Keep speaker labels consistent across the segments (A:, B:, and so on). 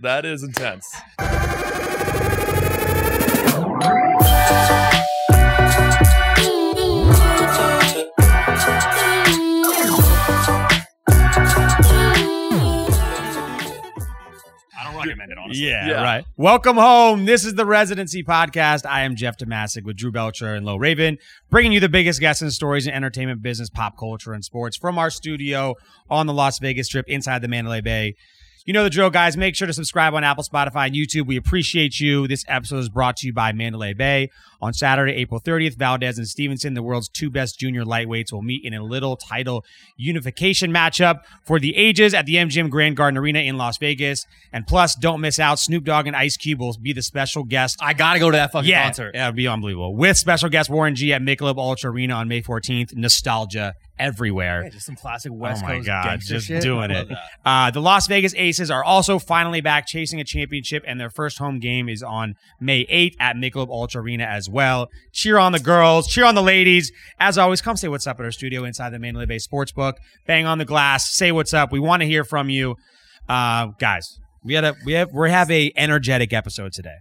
A: That is intense.
B: I don't recommend it, honestly.
C: Yeah,
A: Yeah.
C: right. Welcome home. This is the Residency Podcast. I am Jeff Tomasic with Drew Belcher and Lo Raven, bringing you the biggest guests and stories in entertainment, business, pop culture, and sports from our studio on the Las Vegas Strip inside the Mandalay Bay. You know the drill, guys. Make sure to subscribe on Apple, Spotify, and YouTube. We appreciate you. This episode is brought to you by Mandalay Bay. On Saturday, April 30th, Valdez and Stevenson, the world's two best junior lightweights, will meet in a little title unification matchup for the ages at the MGM Grand Garden Arena in Las Vegas. And plus, don't miss out. Snoop Dogg and Ice Cube will be the special guest
A: I gotta go to that fucking
C: yeah,
A: concert.
C: Yeah, it'd be unbelievable. With special guest Warren G at Michelob Ultra Arena on May 14th. Nostalgia everywhere.
A: Yeah, just some classic West
C: oh my
A: Coast
C: God,
A: gangster
C: just
A: shit.
C: doing
A: I
C: it.
A: love that.
C: Uh, the Las Vegas Aces are also finally back chasing a championship, and their first home game is on May 8th at Michelob Ultra Arena as well. Cheer on the girls, cheer on the ladies. As always, come say what's up at our studio inside the Mandalay Bay Sportsbook. Bang on the glass, say what's up. We want to hear from you, uh, guys. We had a we have we have a energetic episode today,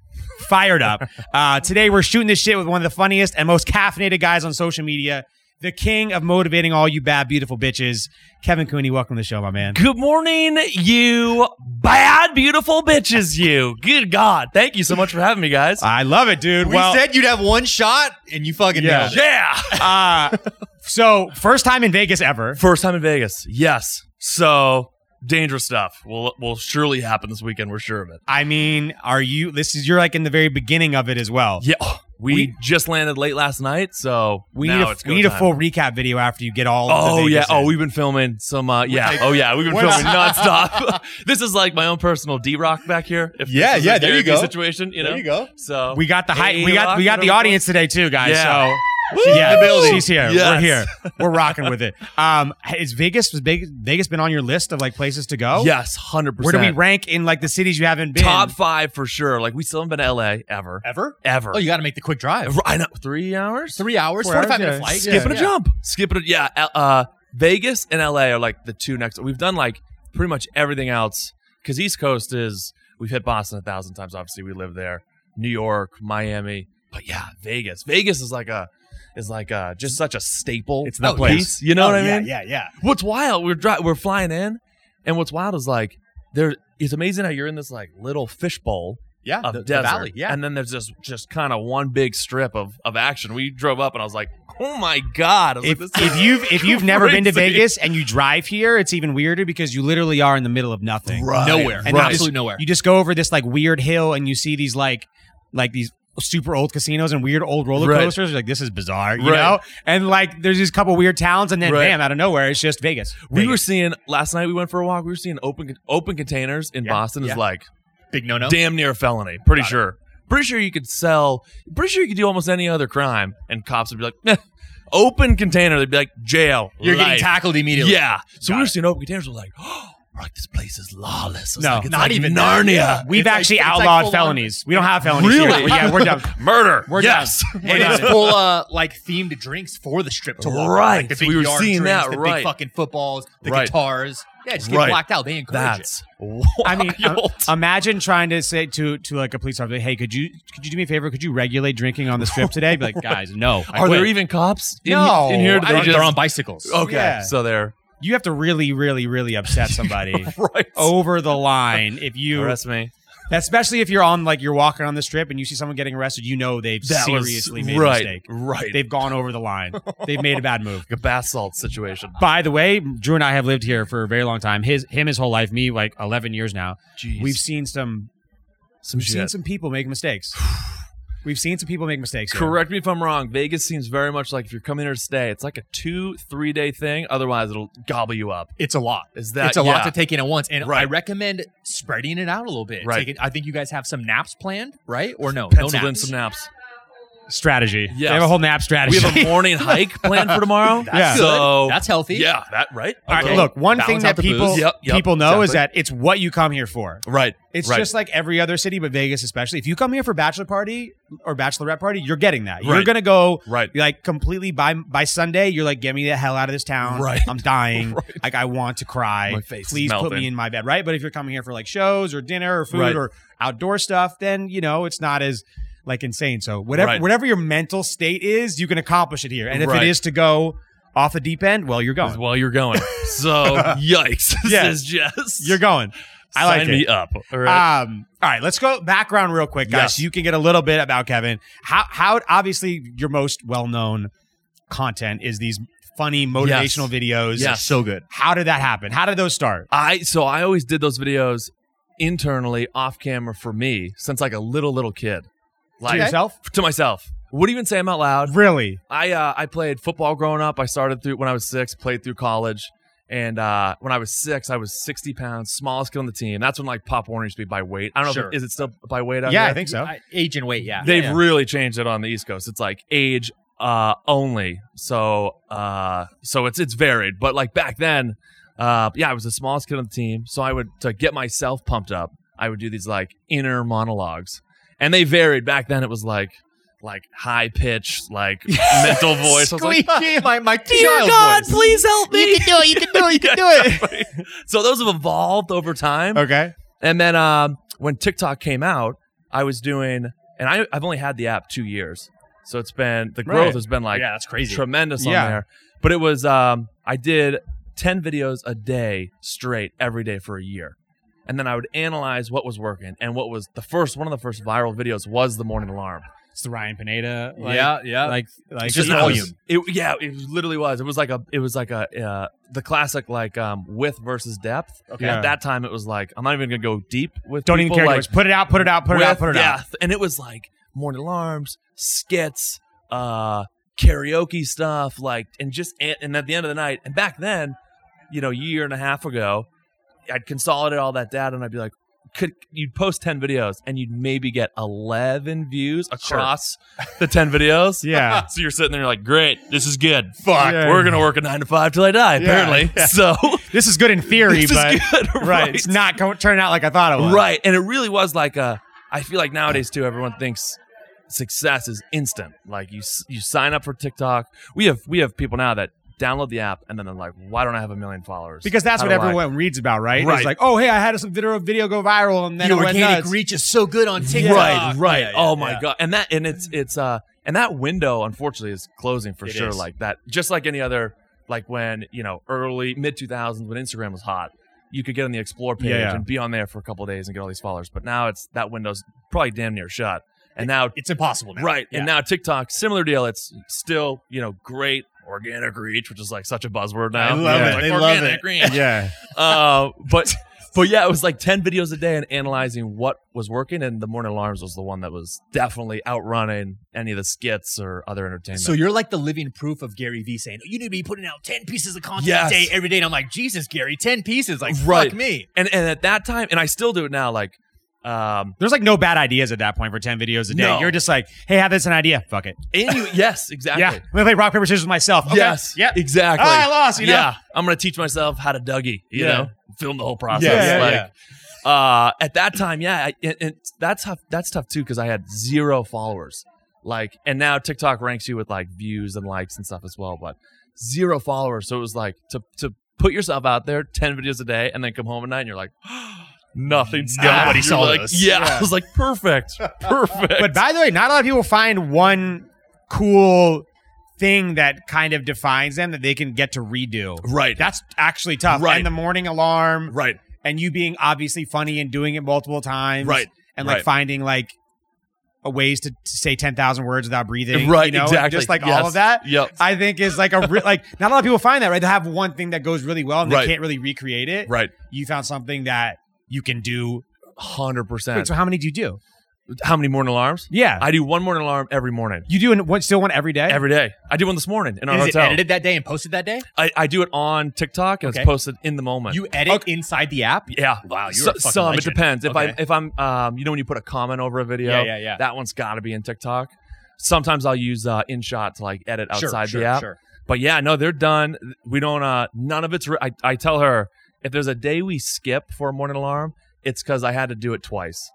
C: fired up. Uh, today we're shooting this shit with one of the funniest and most caffeinated guys on social media, the king of motivating all you bad beautiful bitches, Kevin Cooney. Welcome to the show, my man.
A: Good morning, you bad, beautiful bitches. You. Good God. Thank you so much for having me, guys.
C: I love it, dude.
B: We
C: well,
B: said you'd have one shot, and you fucking
C: Yeah.
B: nailed it.
A: yeah.
C: uh, so first time in Vegas ever.
A: First time in Vegas. Yes. So dangerous stuff will will surely happen this weekend. We're sure of it.
C: I mean, are you? This is you're like in the very beginning of it as well.
A: Yeah. Oh, We,
C: We-
A: just landed late last night, so
C: We
A: now
C: need, a,
A: it's go
C: we need a
A: time.
C: full recap video after you get all. of the
A: Oh yeah!
C: Vegas
A: Oh,
C: in.
A: we've been filming some. Uh, yeah.
B: like-
A: Oh yeah, we've been
C: We're
A: filming nonstop. this is like my own personal D Rock back here. If
B: Yeah,
A: this is
B: yeah,
A: a
B: there you
A: therapy
B: go.
A: Situation. You know.
B: There you go.
A: So
C: we got the hype. We got
A: A-Rock,
C: we got the
A: whatever
C: audience today too, guys.
A: Yeah.
C: So. She's
A: Yeah.
C: in the building. She's here. We're
A: Yes.
C: here. We're rocking with it. Um, is Vegas was Vegas, Vegas been on your list of like places to go?
A: Yes, hundred
C: Where
A: percent.
C: do we rank in like the cities you haven't been?
A: Oh. Top five for sure. Like we still haven't been to LA ever,
C: ever?
A: ever.
B: Oh, you got to make the quick drive.
A: I know. Three hours.
B: Three hours,
C: Four
B: 45
C: hours,
B: minute
C: yeah.
B: flight.
A: Skipping
B: Yeah.
A: a jump. Skipping a yeah. L- Uh, Vegas and LA are like the two next. We've done like pretty much everything else because East Coast is we've hit Boston a thousand times. Obviously, we live there. New York, Miami, but yeah, Vegas. Vegas is like a is like a just such a staple.
C: It's the
A: piece,
C: place.
A: You know
B: Oh,
A: what I mean?
B: yeah, Yeah, yeah.
A: what's wild we're dri- we're flying in and what's wild is like there it's amazing how you're in this like little fishbowl
B: Yeah.
A: of
B: the, the
A: desert
B: valley. Yeah.
A: and then there's this just kind of one big strip of of action we drove up and i was like oh my god I was
C: if,
A: like, this
C: if
A: is
C: you've if you've never been to
A: crazy.
C: Vegas and you drive here, it's even weirder because you literally are in the middle of nothing,
B: Right.
C: nowhere,
B: Right.
C: and you just-
B: Absolutely nowhere.
C: You just go over this like weird hill and you see these like like these super old casinos and weird old roller
A: Right.
C: coasters. You're like this is bizarre, you
A: Right.
C: know. And like there's these couple weird towns, and then
A: Right.
C: bam, out of nowhere, it's just Vegas.
A: we were
C: Vegas.
A: seeing last night we went for a walk we were seeing open open containers in
C: Yeah,
A: boston
C: yeah.
A: is like
B: Big no no.
A: damn near a felony pretty
B: Got it.
A: sure pretty sure you could sell pretty sure you could do almost any other crime and cops would be like "Meh." open container they'd be like jail
B: You're getting
A: life.
B: tackled immediately.
A: Yeah. So
C: Got
A: we were
C: it.
A: seeing open containers. We're like, oh, we're like this place is lawless. It's
C: No,
A: like, it's
B: not
A: like
B: even that.
A: Narnia.
B: Yeah.
C: We've
B: It's like-
C: actually
B: it's like
C: outlawed
B: full-on-
C: felonies. We don't have felonies. here.
A: Really?
C: Yeah, we're done.
A: Murder.
C: We're
A: yes.
C: We're
B: And
C: done.
B: it's full uh like themed drinks for the strip to walk.
A: Right.
B: Like, the big
A: We were
B: yard
A: seeing
B: drinks,
A: that,
B: the
A: right.
B: big fucking footballs, the
A: Right.
B: guitars. Yeah, just get
A: Right.
B: blacked out. They encourage it.
A: That's.
C: I mean, um,
A: wild.
C: imagine trying to say to to like a police officer, "Hey, could you could you do me a favor? Could you regulate drinking on the strip today?" Be like, guys, no. I
A: are
C: quit."
A: there even cops in,
B: No,
A: in here? Do
B: I
A: they
B: think
A: just- Oh.
B: they're on bicycles.
A: Okay.
C: Yeah.
A: So they're
C: you have to really, really, really upset somebody
A: right.
C: over the line if you,
A: arrest me.
C: especially if you're on like you're walking on the strip and you see someone getting arrested, you know they've
A: That was-
C: seriously made
A: right,
C: a mistake.
A: Right.
C: They've gone over the line. They've made a bad move.
A: like a bath salt situation.
C: By the way, Drew and I have lived here for a very long time. His him his whole life, me like 11 years now.
A: Jeez.
C: We've seen some
A: some
C: we've seen some people make mistakes. We've seen some people make mistakes. here.
A: Correct me if I'm wrong. Vegas seems very much like if you're coming here to stay, it's like a two, three day thing. Otherwise, it'll gobble you up.
B: It's a lot.
A: Is that
B: it's a lot
A: yeah.
B: to take in at once, and I
A: Right.
B: recommend spreading it out a little bit.
A: Right.
B: Taking- I think you guys have some naps planned, right? Or no?
A: Pencil
B: no
A: in
B: naps.
A: some naps.
C: strategy.
A: Yes.
C: They have a whole nap strategy.
A: We have a morning hike planned for tomorrow.
C: Yeah.
A: So
B: That's healthy.
A: Yeah, that right.
C: All right,
B: Okay.
C: look, one
B: Balance
C: thing
B: out the
C: that people
B: booze.
A: Yep, yep,
C: people know is
A: exactly.
C: that it's what you come here for.
A: Right.
C: It's
A: right.
C: just like every other city, but Vegas especially. If you come here for bachelor party or bachelorette party, you're getting that. You're
A: Right.
C: gonna go
A: right.
C: like completely by by Sunday. You're like, get me the hell out of this town.
A: Right.
C: I'm dying.
A: Right.
C: Like I want to cry.
A: My face is
C: Please put me
A: melting.
C: in my bed. Right. But if you're coming here for like shows or dinner or food
A: Right.
C: or outdoor stuff, then you know it's not as like insane. So whatever
A: Right.
C: whatever your mental state is, you can accomplish it here. And if
A: Right.
C: it is to go off the deep end, well, you're going.
A: Well, you're going. So yikes. This
C: Yeah.
A: is just
C: You're going. I like
A: sign
C: it.
A: me up. All right.
C: Um, all right, let's go background real quick, guys.
A: Yes.
C: So you can get a little bit about Kevin. How how obviously your most well known content is these funny motivational videos.
A: Yes.
B: So good.
C: How did that happen? How did those start?
A: I so I always did those videos internally off camera for me since like a little little kid. Like
C: to yourself?
A: to myself. Wouldn't even say them out loud.
C: Really?
A: I uh, I played football growing up. I started through when I was six, played through college, and uh, when I was six, I was sixty pounds, smallest kid on the team. That's when like Pop Warner used to be by weight. I don't know
B: Sure.
A: if it, is it still by weight. Out
C: yeah,
A: here?
C: I think so.
B: I- age and weight. Yeah.
A: they've
B: Yeah.
A: really changed it on the East Coast. It's like age uh, only, so uh, so it's it's varied. But like back then, uh, yeah, I was the smallest kid on the team, so I would to get myself pumped up. I would do these like inner monologues, and they varied. Back then, it was like like high pitched, like mental voice. I was like,
B: Squeaky. my my child voice.
A: please help
B: You can do it. You can do it. You can do it.
A: so those have evolved over time.
C: okay.
A: And then um, when TikTok came out, I was doing, and I, I've only had the app two years. So it's been, the growth
C: Right.
A: has been like
B: yeah, that's crazy.
A: tremendous
C: Yeah.
A: on there. But it was, um, I did 10 videos a day straight every day for a year. And then I would analyze what was working. And what was the first, one of the first viral videos was the morning alarm.
C: It's the Ryan Pineda. Like,
B: yeah, yeah.
C: Like like
B: It's just
A: Yeah, it
B: volume.
A: was- It, yeah, it was- literally was. It was like a, it was like a, uh, the classic like um, width versus depth.
C: Okay.
A: At that time, it was like I'm not even gonna go deep with.
C: Don't even
A: people,
C: care.
A: Like,
C: Like, put it out. Put it out. Put it out.
A: with-
C: Put it
A: yeah,
C: out.
A: and it was like morning alarms, skits, uh, karaoke stuff, like, and just and, and at the end of the night. And back then, you know, year and a half ago, I'd consolidate all that data, and I'd be like. Could you'd post ten videos and you'd maybe get eleven views
B: Sure.
A: across the ten videos?
C: Yeah.
A: So you're sitting there like, great, this is good.
C: Fuck.
A: We're gonna work a nine to five till I die, apparently.
C: Yeah.
A: So
C: This is good in theory,
A: this
C: but
A: is good,
C: right, it's not co- turning out like I thought it was.
A: Right. And it really was like a. I feel like nowadays too, everyone thinks success is instant. Like you, s- you sign up for TikTok. We have we have people now that download the app and then they're like, why don't I have a million followers?
C: Because that's
A: How
C: what
A: do I-
C: everyone reads about, right? It's
A: Right.
C: like, oh, hey, I had some video video go viral, and then
B: the
C: it went
B: organic
C: nuts.
B: reach is so good on TikTok.
A: Right, right.
B: Yeah, yeah,
A: oh my
B: yeah.
A: god. And that and it's it's uh and that window unfortunately is closing for
B: It
A: sure
B: is.
A: like that. Just like any other like when, you know, early mid 2000s when Instagram was hot, you could get on the explore page
C: Yeah, yeah.
A: and be on there for a couple of days and get all these followers. But now it's that window's probably damn near shut. And now
B: It's impossible now.
A: right.
B: Yeah.
A: And now TikTok similar deal, it's still, you know, great organic reach, which is like such a buzzword now.
B: I love
C: Yeah.
B: it.
A: Like
B: They love
A: organic
B: it.
A: reach.
C: yeah.
A: Uh, but but yeah, it was like ten videos a day and analyzing what was working, and the morning alarms was the one that was definitely outrunning any of the skits or other entertainment.
B: So you're like the living proof of Gary Vee saying, you need to be putting out 10 pieces of content
A: Yes.
B: a day every day. And I'm like, Jesus, Gary, 10 pieces. Like,
A: Right.
B: fuck me.
A: and and at that time, and I still do it now. Like, um,
C: There's like no bad ideas at that point for 10 videos a day.
A: No.
C: You're just like, hey, have this an idea. Fuck it.
A: and you, yes, exactly.
C: Yeah. I'm going to play rock, paper, scissors with myself. Okay.
A: Yes.
C: Yep.
A: Exactly.
C: Oh, I lost, you know?
A: yeah. I'm gonna teach myself how to Dougie. You
C: Yeah.
A: know, film the whole process.
C: Yeah, yeah,
A: like, Uh, at that time, yeah, I, and, and that's tough. That's tough too because I had zero followers. Like, and now TikTok ranks you with like views and likes and stuff as well, but zero followers. So it was like to to put yourself out there, ten videos a day, and then come home at night and you're like, nothing's done.
B: Nobody
A: You're
B: saw
A: like,
B: this.
A: Yeah. I was like, perfect, perfect.
C: But by the way, not a lot of people find one cool thing that kind of defines them that they can get to redo.
A: right,
C: That's actually tough.
A: Right.
C: And the morning alarm
A: right,
C: and you being obviously funny and doing it multiple times.
A: Right.
C: And like
A: Right.
C: finding like a ways to say 10,000 words without breathing.
A: right,
C: You know?
A: exactly.
C: Just like
A: Yes.
C: all of that.
A: Yep.
C: I think is like a re- like not a lot of people find that right. They have one thing that goes really well and they
A: Right.
C: can't really recreate it.
A: Right,
C: You found something that you can do.
A: hundred
C: Wait,
A: percent.
C: so how many do you do?
A: How many morning alarms?
C: Yeah,
A: I do one morning alarm every morning,
C: you do an, one still one every day.
A: every day. I do one this morning in our
B: Is it
A: hotel.
B: edited that day and posted that day?
A: I, I do it on TikTok and
B: Okay.
A: it's posted in the moment.
B: You edit inside the app?
A: yeah.
B: Wow, you're
A: So-
B: a fucking
A: some
B: legend.
A: it depends. If I
B: Okay.
A: if I'm um you know when you put a comment over a video,
B: Yeah, yeah, yeah.
A: that one's got to be in TikTok. Sometimes I'll use uh, InShot to like edit
C: Sure,
A: outside
C: sure,
A: the app.
C: Sure.
A: But yeah, no, they're done. We don't. uh None of it's. Re- I, I tell her if there's a day we skip for a morning alarm, it's because I had to do it twice.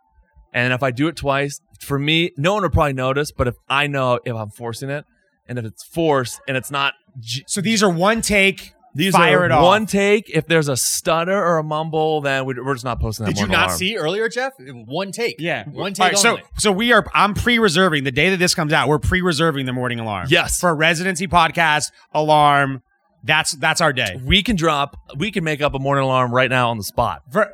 A: And if I do it twice, for me, no one will probably notice. But if I know if I'm forcing it, and if it's forced and it's not, j-
C: So these are one take.
A: these
C: Fire
A: are
C: it off.
A: one take. If there's a stutter or a mumble, then we- we're just not posting that.
D: Did you
A: morning
D: not
A: alarm.
D: see earlier, Jeff? One take.
C: Yeah.
D: One
C: All
D: take
C: right, so
D: only.
C: so we are. I'm pre-reserving the day that this comes out. We're pre-reserving the morning alarm.
A: Yes.
C: for residency podcast alarm. That's that's our day.
A: we can drop. We can make up a morning alarm right now on the spot.
C: For,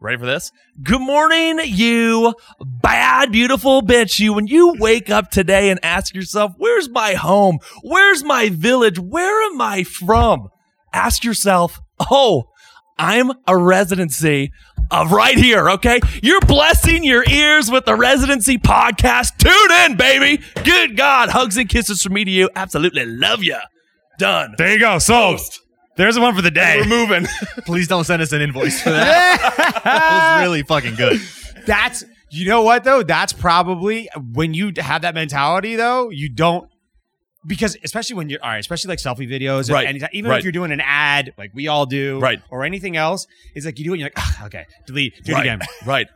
A: Ready for this? Good morning, you bad, beautiful bitch. You, when you wake up today and ask yourself, where's my home? Where's my village? Where am I from? Ask yourself, oh, I'm a residency of right here, okay? You're blessing your ears with the residency podcast. Tune in, baby. Good God. Hugs and kisses from me to you. Absolutely love ya. Done.
C: there you go. Sold. There's the one for the day.
D: moving. Please don't send us an invoice for that. that was really fucking good.
C: That's you know what though. That's probably when you have that mentality though. You don't because especially when you're all right, especially like selfie videos, and-
A: Right.
C: and even
A: Right.
C: if you're doing an ad like we all do,
A: Right.
C: or anything else, is like you do it. and You're like, "Ah, okay, delete, do it
A: Right.
C: again,
A: Right.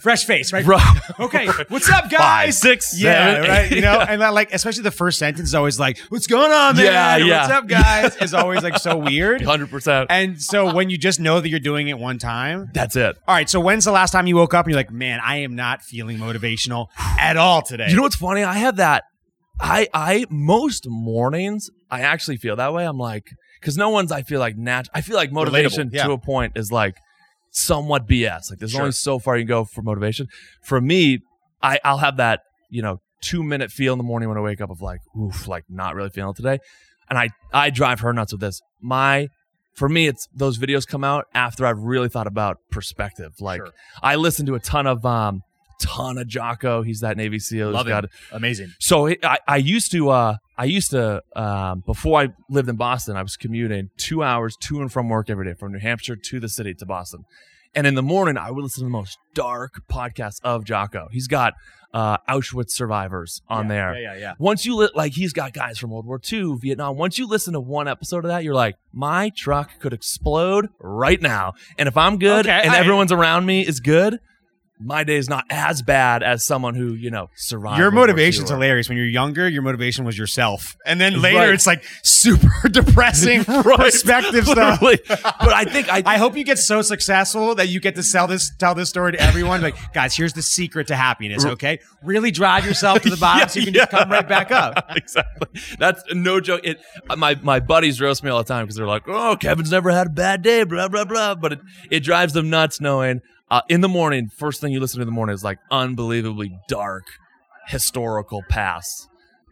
C: fresh face, right?
A: Right.
C: Okay, what's up, guys?
A: Five, six,
C: Yeah,
A: seven,
C: right.
A: eight.
C: You know, and that, like especially the first sentence is always like, "What's going on, man?
A: Yeah, yeah.
C: What's up, guys?" is always like so weird.
A: 100%.
C: And so when you just know that you're doing it one time,
A: That's it.
C: all right. So when's the last time you woke up and you're like, "Man, I am not feeling motivational at all today."
A: You know what's funny? I have that. I I most mornings I actually feel that way. I'm like, because no one's. I feel like nat. I feel like motivation
D: yeah.
A: to a point is like somewhat BS. Like there's
D: Sure.
A: only so far you can go for motivation. For me, I I'll have that you know two minute feel in the morning when I wake up of like oof like not really feeling it today, and I I drive her nuts with this. My for me, it's those videos come out after I've really thought about perspective. Like
D: Sure.
A: I listen to a ton of um ton of Jocko. He's that Navy SEAL. who's
D: Love
A: got
D: it. Amazing.
A: so it, I, I used to, uh, I used to, um, before I lived in Boston, I was commuting two hours to and from work every day from New Hampshire to the city to Boston. And in the morning, I would listen to the most dark podcast of Jocko. He's got uh, Auschwitz survivors on there.
D: Yeah, yeah, yeah.
A: Once you li- like, he's got guys from World War II, Vietnam. Once you listen to one episode of that, you're like, my truck could explode right now. And if I'm good
C: Okay,
A: and
C: I-
A: everyone's around me is good, my day's not as bad as someone who you know survived.
C: Your
A: World War II
C: motivation's
A: or-
C: hilaritor. hilarious. When you're younger, your motivation was yourself, and then
A: Right.
C: later it's like super depressing perspective stuff.
A: Literally. but I think I,
C: I hope you get so successful that you get to sell this, tell this story to everyone. Like, guys, here's the secret to happiness. Okay, really drive yourself to the bottom so you can just come right back up.
A: exactly. That's no joke. It my my buddies roast me all the time because they're like, "Oh, Kevin's never had a bad day," blah blah blah. But it, it drives them nuts knowing uh, in the morning, first thing you listen to in the morning is like unbelievably dark historical past.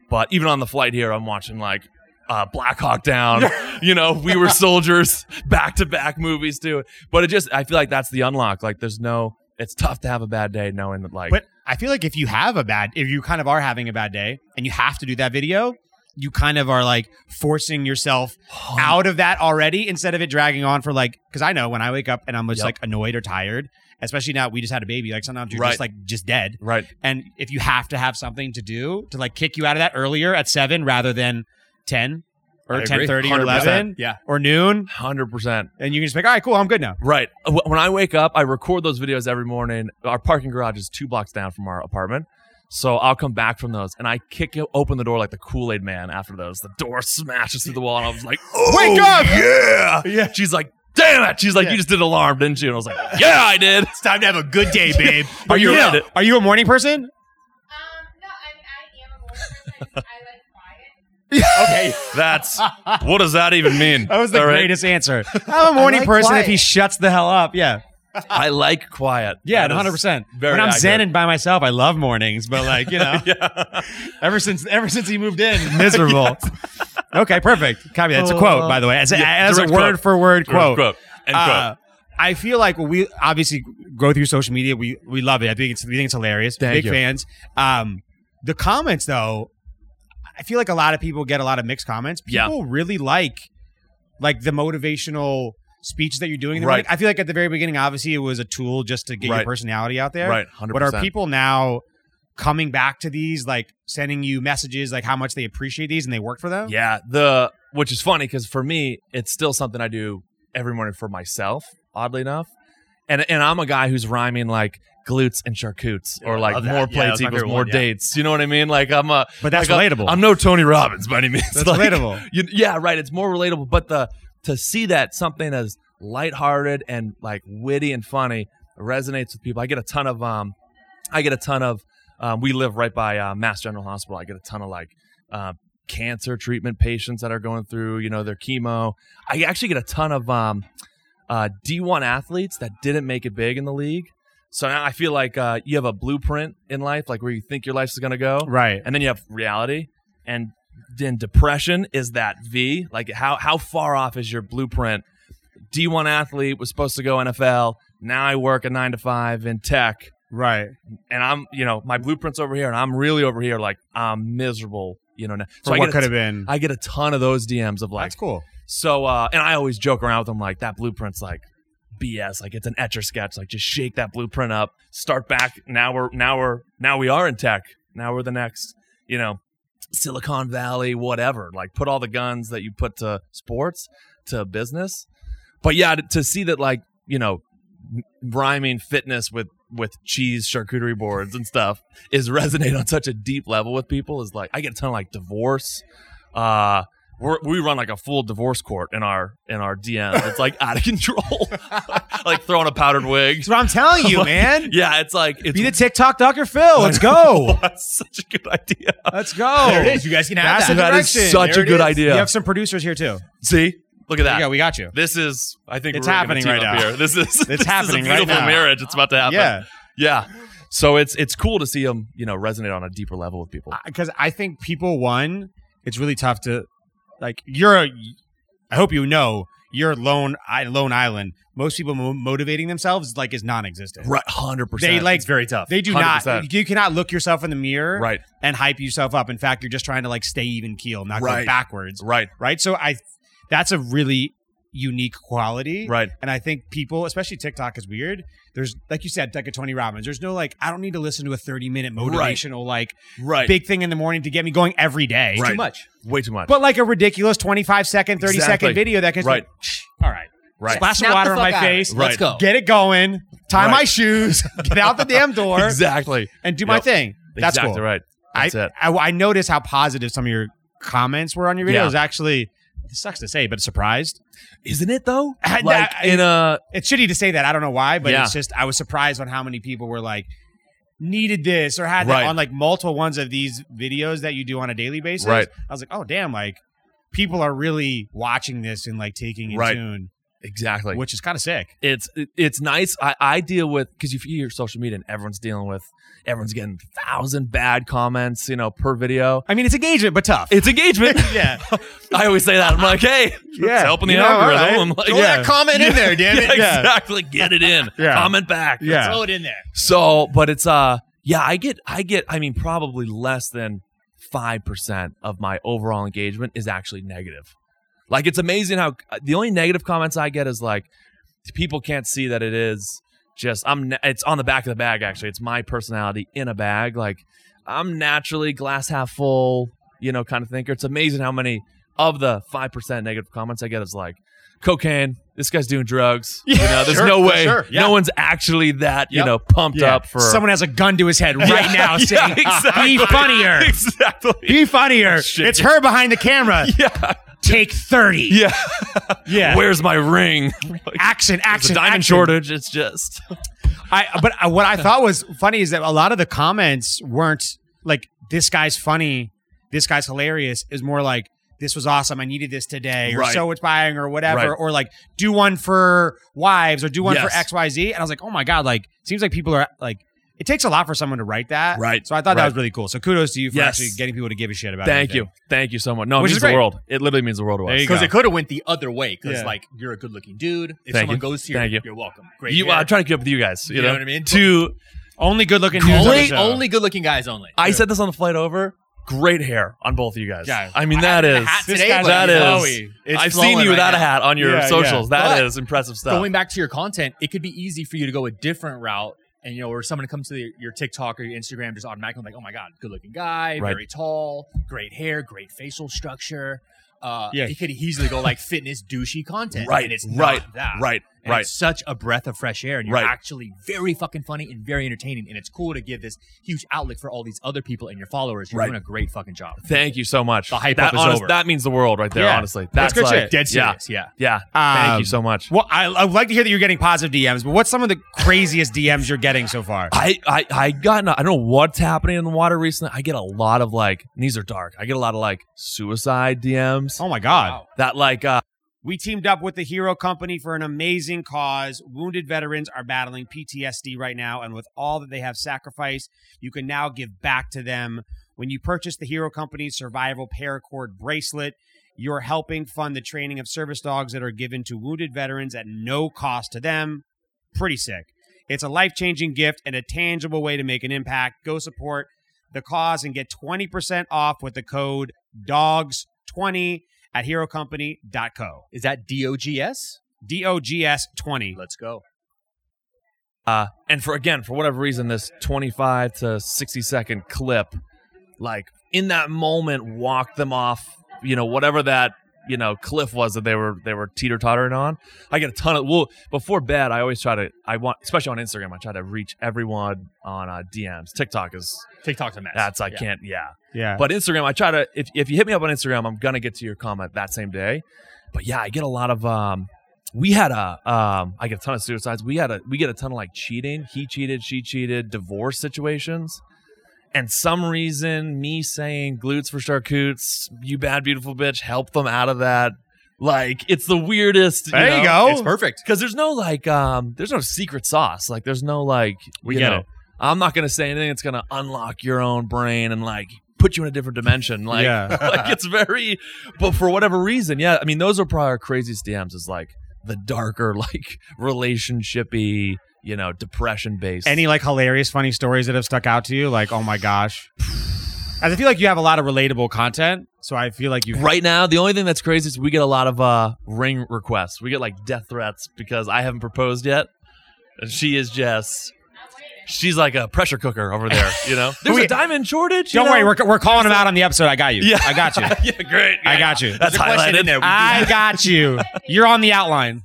A: But even on the flight here, I'm watching like. Uh, Black Hawk Down, you know, we were soldiers, back to back movies too. But it just, I feel like that's the unlock. Like, there's no, it's tough to have a bad day knowing that, like,
C: But I feel like if you have a bad, if you kind of are having a bad day and you have to do that video, you kind of are like forcing yourself
A: Uh-huh.
C: out of that already instead of it dragging on for like, because I know when I wake up and I'm just
A: Yep.
C: like annoyed or tired, especially now we just had a baby, like sometimes you're just
A: Right.
C: like just dead.
A: right.
C: And if you have to have something to do to like kick you out of that earlier at seven rather than 10 or
D: I agree.
C: 10.30 or
D: 100%.
C: 11
D: Yeah.
C: or noon,
A: 100%.
C: and you can just be like, all right, cool, I'm good now.
A: Right. Uh, Wh- When I wake up, I record those videos every morning. Our parking garage is two blocks down from our apartment. So I'll come back from those and I kick o- open the door like the Kool Aid man after those. The door smashes through the wall and I was like, oh,
C: Wake up!
A: Yeah.
C: Yeah.
A: She's like, damn it. She's like, you just did an alarm, didn't you? And I was like, yeah, I did.
D: It's time to have a good day, babe.
A: Are you
C: Yeah.
A: ready?
C: Are you a morning person?
E: Um, no, I mean, I am a morning person. I just- I like quiet.
D: okay.
A: That's what does that even mean?
C: That was the
A: All right?
C: greatest answer. I'm a morning
D: like
C: person
D: quiet.
C: if he shuts the hell up. Yeah.
A: I like quiet.
C: Yeah,
A: That is
C: 100%.
A: very
C: when I'm
A: accurate.
C: zenning by myself, I love mornings, but like, you know,
A: Yeah.
C: ever since ever since he moved in, miserable. Okay, perfect. Copy that. It's a quote, by the way. As, a
A: Oh, yeah,
C: as a
A: direct
C: word
A: quote.
C: for word quote.
A: Quote. End
C: Uh,
A: quote.
C: I feel like we obviously go through social media. We we love it. I think it's we think it's hilarious.
A: Thank
C: Big
A: you.
C: fans. Um, the comments though, I feel like a lot of people get a lot of mixed comments.
A: Yeah.
C: People really like like the motivational speeches that you're doing. in the
A: Right.
C: morning. I feel like at the very beginning, obviously, it was a tool just to get your
A: Right.
C: personality out there.
A: Right. 100%.
C: But are people now coming back to these, like sending you messages, like how much they appreciate these and they work for them?
A: Yeah, the which is funny because for me, it's still something I do every morning for myself. Oddly enough, and and I'm a guy who's rhyming like glutes and charcutes, or
D: I
A: like
D: love that.
A: more
D: Yeah,
A: plates
D: that's my
A: equals
D: favorite
A: more
D: one, yeah.
A: dates. You know what I mean? Like I'm a
C: But that's
A: like, uh,
C: relatable.
A: I'm, I'm no Tony Robbins by any means.
C: That's
A: Like,
C: relatable.
A: you- yeah, right. It's more relatable, but the to see that something as lighthearted and like witty and funny resonates with people. I get a ton of um, I get a ton of um, we live right by uh, Mass General Hospital. I get a ton of like uh, cancer treatment patients that are going through you know their chemo. I actually get a ton of um, uh, D1 athletes that didn't make it big in the league. So now I feel like uh, you have a blueprint in life, like where you think your life's going to go
C: Right.
A: and then you have reality and then depression is that v like how how far off is your blueprint d1 athlete was supposed to go nfl now i work a nine to five in tech
C: Right.
A: and i'm you know my blueprint's over here and i'm really over here like i'm miserable you know now.
C: For
A: I
C: what
A: get a
C: could
A: t-
C: have been.
A: I get a ton of those dms of like
C: that's cool.
A: so uh and i always joke around with them like that blueprint's like bs like it's an etch a sketch like just shake that blueprint up start back now we're now we're now we are in tech now we're the next you know silicon valley whatever like put all the guns that you put to sports to business but yeah to, to see that like you know m- rhyming fitness with with cheese charcuterie boards and stuff is resonate on such a deep level with people is like i get a ton of like divorce uh we're, we run like a full divorce court in our in our DMs. It's like out of control, like throwing a powdered wig.
C: That's what I'm telling you, man.
A: Yeah, it's like it's,
C: Be the TikTok Dr. Phil. Let's go.
A: that's such a good idea.
C: Let's go.
A: Oh,
B: There it is. You guys can have
C: That's
B: that.
C: the
A: That is
C: direction.
A: such
B: There
A: a
B: it
A: good
B: is.
A: idea.
C: You have some producers here too.
A: See, look at that.
C: Yeah, we got you.
A: This is, I think,
C: It's
A: we're gonna
C: happening
A: team
C: right
A: up
C: now.
A: Here. This is, this
C: happening
A: is a
C: right
A: beautiful
C: now.
A: marriage. It's about to happen.
C: Yeah.
A: yeah. So it's it's cool to see them, you know, resonate on a deeper level with people.
C: because I think people one, it's really tough to like. You're, a, I hope you know, you're lone. I Lone Island. Most people mo- motivating themselves like is non-existent.
A: Right, hundred percent.
C: They like
D: It's very tough.
C: they do
A: 100%.
C: not. You cannot look yourself in the mirror
A: right,
C: and hype yourself up. In fact, you're just trying to like stay even keel, not go
A: Right.
C: backwards.
A: right,
C: Right. So I, that's a really unique quality.
A: right.
C: And I think people, especially TikTok, is weird. There's like you said, like a Tony Robbins. There's no like I don't need to listen to a 30 minute
A: Right.
C: motivational like
A: Right.
C: big thing in the morning to get me going every day.
A: Right.
B: Too much.
A: Way too much.
C: But like a ridiculous 25 second, 30 second
A: Exactly.
C: video that can
A: Right.
C: all right.
A: Right.
C: Splash
B: Snap
C: of
B: the
C: water on
B: fuck
C: my
B: out of it.
C: face.
A: Right.
B: Let's go.
C: Get it going. Tie
A: Right.
C: my shoes. Get out the damn door
A: exactly.
C: and do my
A: Yep.
C: thing. That's
A: exactly
C: cool.
A: right. That's
C: I,
A: it.
C: I I noticed how positive some of your comments were on your video.
A: Yeah.
C: It was actually it sucks to say, but surprised.
A: Isn't it though?
C: I-
A: Like
C: I-
A: in a
C: It's shitty to say that. I don't know why, but
A: Yeah.
C: it's just I was surprised on how many people were like needed this or had
A: Right.
C: that on like multiple ones of these videos that you do on a daily basis.
A: Right.
C: I was like, oh damn, like people are really watching this and like taking in
A: Right.
C: tune,
A: exactly.
C: which is kind of sick.
A: it's it's nice. I, I deal with because you hear social media and everyone's dealing with everyone's getting thousand bad comments, you know, per video.
C: I mean, it's engagement, but tough.
A: It's engagement.
C: yeah,
A: I always say that. I'm like, hey,
C: Yeah.
A: it's helping the
C: You know,
A: algorithm.
C: all right.
A: I'm like,
D: Throw
A: yeah,
D: that comment in there, damn
A: yeah,
D: it.
C: Yeah.
A: exactly. Get it in.
C: Yeah.
A: Comment back.
C: yeah.
B: Throw it in there.
A: So, but it's uh, yeah, I get, I get. I mean, probably less than five percent of my overall engagement is actually negative. Like, it's amazing how uh, the only negative comments I get is like, people can't see that it is just I'm. na- It's on the back of the bag. Actually, it's my personality in a bag. Like, I'm naturally glass half full, you know, kind of thinker. It's amazing how many of the five percent negative comments I get is like. Cocaine. This guy's doing drugs. you know, there's
D: sure,
A: no
D: for
A: way.
D: sure, yeah.
A: No one's actually that. You
D: Yep.
A: know, pumped
C: Yeah.
A: up for
C: someone has a gun to his head right
A: Yeah, yeah,
C: now, saying, "Ah,
A: exactly.
C: "Be funnier,
A: Exactly.
C: be funnier."
A: Shit.
C: It's her behind the camera.
A: Yeah.
C: Take thirty.
A: Yeah.
C: yeah.
A: Where's my ring?
C: action,
A: It's
C: action,
A: a diamond
C: action.
A: shortage. It's just
C: I but I- what I thought was funny is that a lot of the comments weren't like this guy's funny, this guy's hilarious. Is more like this was awesome. I needed this today, or
A: Right.
C: so inspiring, or whatever,
A: Right.
C: or like do one for wives, or do one for
A: Yes.
C: X Y Z. And I was like, oh my god, like seems like people are like. It takes a lot for someone to write that,
A: Right.
C: So I thought that
A: Right.
C: was really cool. So kudos to you for
A: Yes.
C: actually getting people to give a shit about.
A: thank
C: everything.
A: you, thank you so much. No, it
C: Which
A: means
C: is
A: the
C: great.
A: world. It literally means the world to us.
C: There you
A: Because
B: Because
C: go.
B: it could have went the other way. Because
C: Yeah.
B: like you're a good looking dude. If
A: Thank
B: someone
A: you.
B: goes to
A: Thank you.
B: you. are welcome. Great.
A: you,
B: hair.
A: I'm trying to keep up with you guys. You,
B: You know
A: know?
B: what I mean?
A: To
C: Only good-looking dudes. on the
B: only
C: show.
B: only good looking guys only.
A: I said this on the flight over. Great hair on both of you guys.
C: Yeah.
A: I mean that is.
B: hat
C: This
B: today,
C: guy's
A: that is-
C: Chloe.
D: It's
A: I've
D: flowing
A: seen you
D: right
A: without a
D: now.
A: hat on your
C: Yeah, yeah.
A: socials. That is
B: But
A: impressive stuff.
B: Going back to your content, it could be easy for you to go a different route and you know, or someone comes to the, your TikTok or your Instagram, just automatically like, oh my god, good looking guy,
A: Right.
B: very tall, great hair, great facial structure. Uh,
C: Yeah.
B: he could easily go like fitness douchey content,
A: Right,
B: And it's
A: right,
B: not that,
A: Right,
B: And
A: right.
B: It's such a breath of fresh air, and you're
A: Right.
B: actually very fucking funny and very entertaining, and it's cool to give this huge outlet for all these other people and your followers. You're
A: Right.
B: doing a great fucking job.
A: Thank you so much.
B: The hype
A: that,
B: up is
A: honest-
B: over.
A: That means the world right there,
C: Yeah.
A: honestly.
C: That's
A: That's,
C: good
A: like,
C: shit.
B: Dead
A: Yeah.
B: serious, yeah.
A: Yeah. Thank
C: Um,
A: you so much.
C: Well, I, I would like to hear that you're getting positive DMs, but what's some of the craziest DMs you're getting so far?
A: I, I, I got, I don't know what's happening in the water recently. I get a lot of like, and these are dark. I get a lot of like suicide DMs
C: Oh my God.
B: Wow.
A: that like, uh,
C: We teamed up with the Hero Company for an amazing cause. Wounded veterans are battling PTSD right now, and with all that they have sacrificed, you can now give back to them. When you purchase the Hero Company Survival Paracord bracelet, you're helping fund the training of service dogs that are given to wounded veterans at no cost to them. Pretty sick. It's a life changing gift and a tangible way to make an impact. Go support the cause and get 20% off with the code DOGS20 at herocompany.co.
B: Is that DOGS?
C: DOGS 20.
B: Let's go.
A: Uh, and for again, for whatever reason, this 25 to 60 second clip, like in that moment, walked them off. You know, whatever that you know cliff was that they were they were teeter tottering on. I get a ton of well before bed. I always try to I want especially on Instagram. I try to reach everyone on uh, DMs. TikTok is
B: TikTok's a mess.
A: that's I
B: Yeah.
A: can't yeah.
C: Yeah.
A: But Instagram, I try to if if you hit me up on Instagram, I'm gonna get to your comment that same day. But yeah, I get a lot of um we had a um I get a ton of suicides. We had a we get a ton of like cheating. He cheated, she cheated, divorce situations. And some reason me saying glutes for charcutes, you bad beautiful bitch, help them out of that. Like it's the weirdest.
C: There you go.
B: It's perfect.
A: Because there's no like um there's no secret sauce. Like there's no like
B: We
A: you
B: get
A: know,
B: it.
A: I'm not gonna say anything that's gonna unlock your own brain and like put you in a different dimension. Like
C: yeah.
A: like it's very but for whatever reason yeah i mean those are probably our craziest dms is like the darker like relationshipy you know depression based
C: Any like hilarious, funny stories that have stuck out to you? Like, oh my gosh. As I feel like you have a lot of relatable content, so I feel like you've.
A: right now the only thing that's crazy is we get a lot of uh ring requests we get like death threats because i haven't proposed yet and she is just she's like a pressure cooker over there you know there's
C: We-
A: a diamond shortage you
C: Don't worry,
A: know?
C: we're, we're calling him out on the episode. I got you.
A: Yeah.
C: I got you.
A: yeah great
C: I got you.
A: that's highlighted in there
C: I got you. You're on the
A: Mm.
C: outline.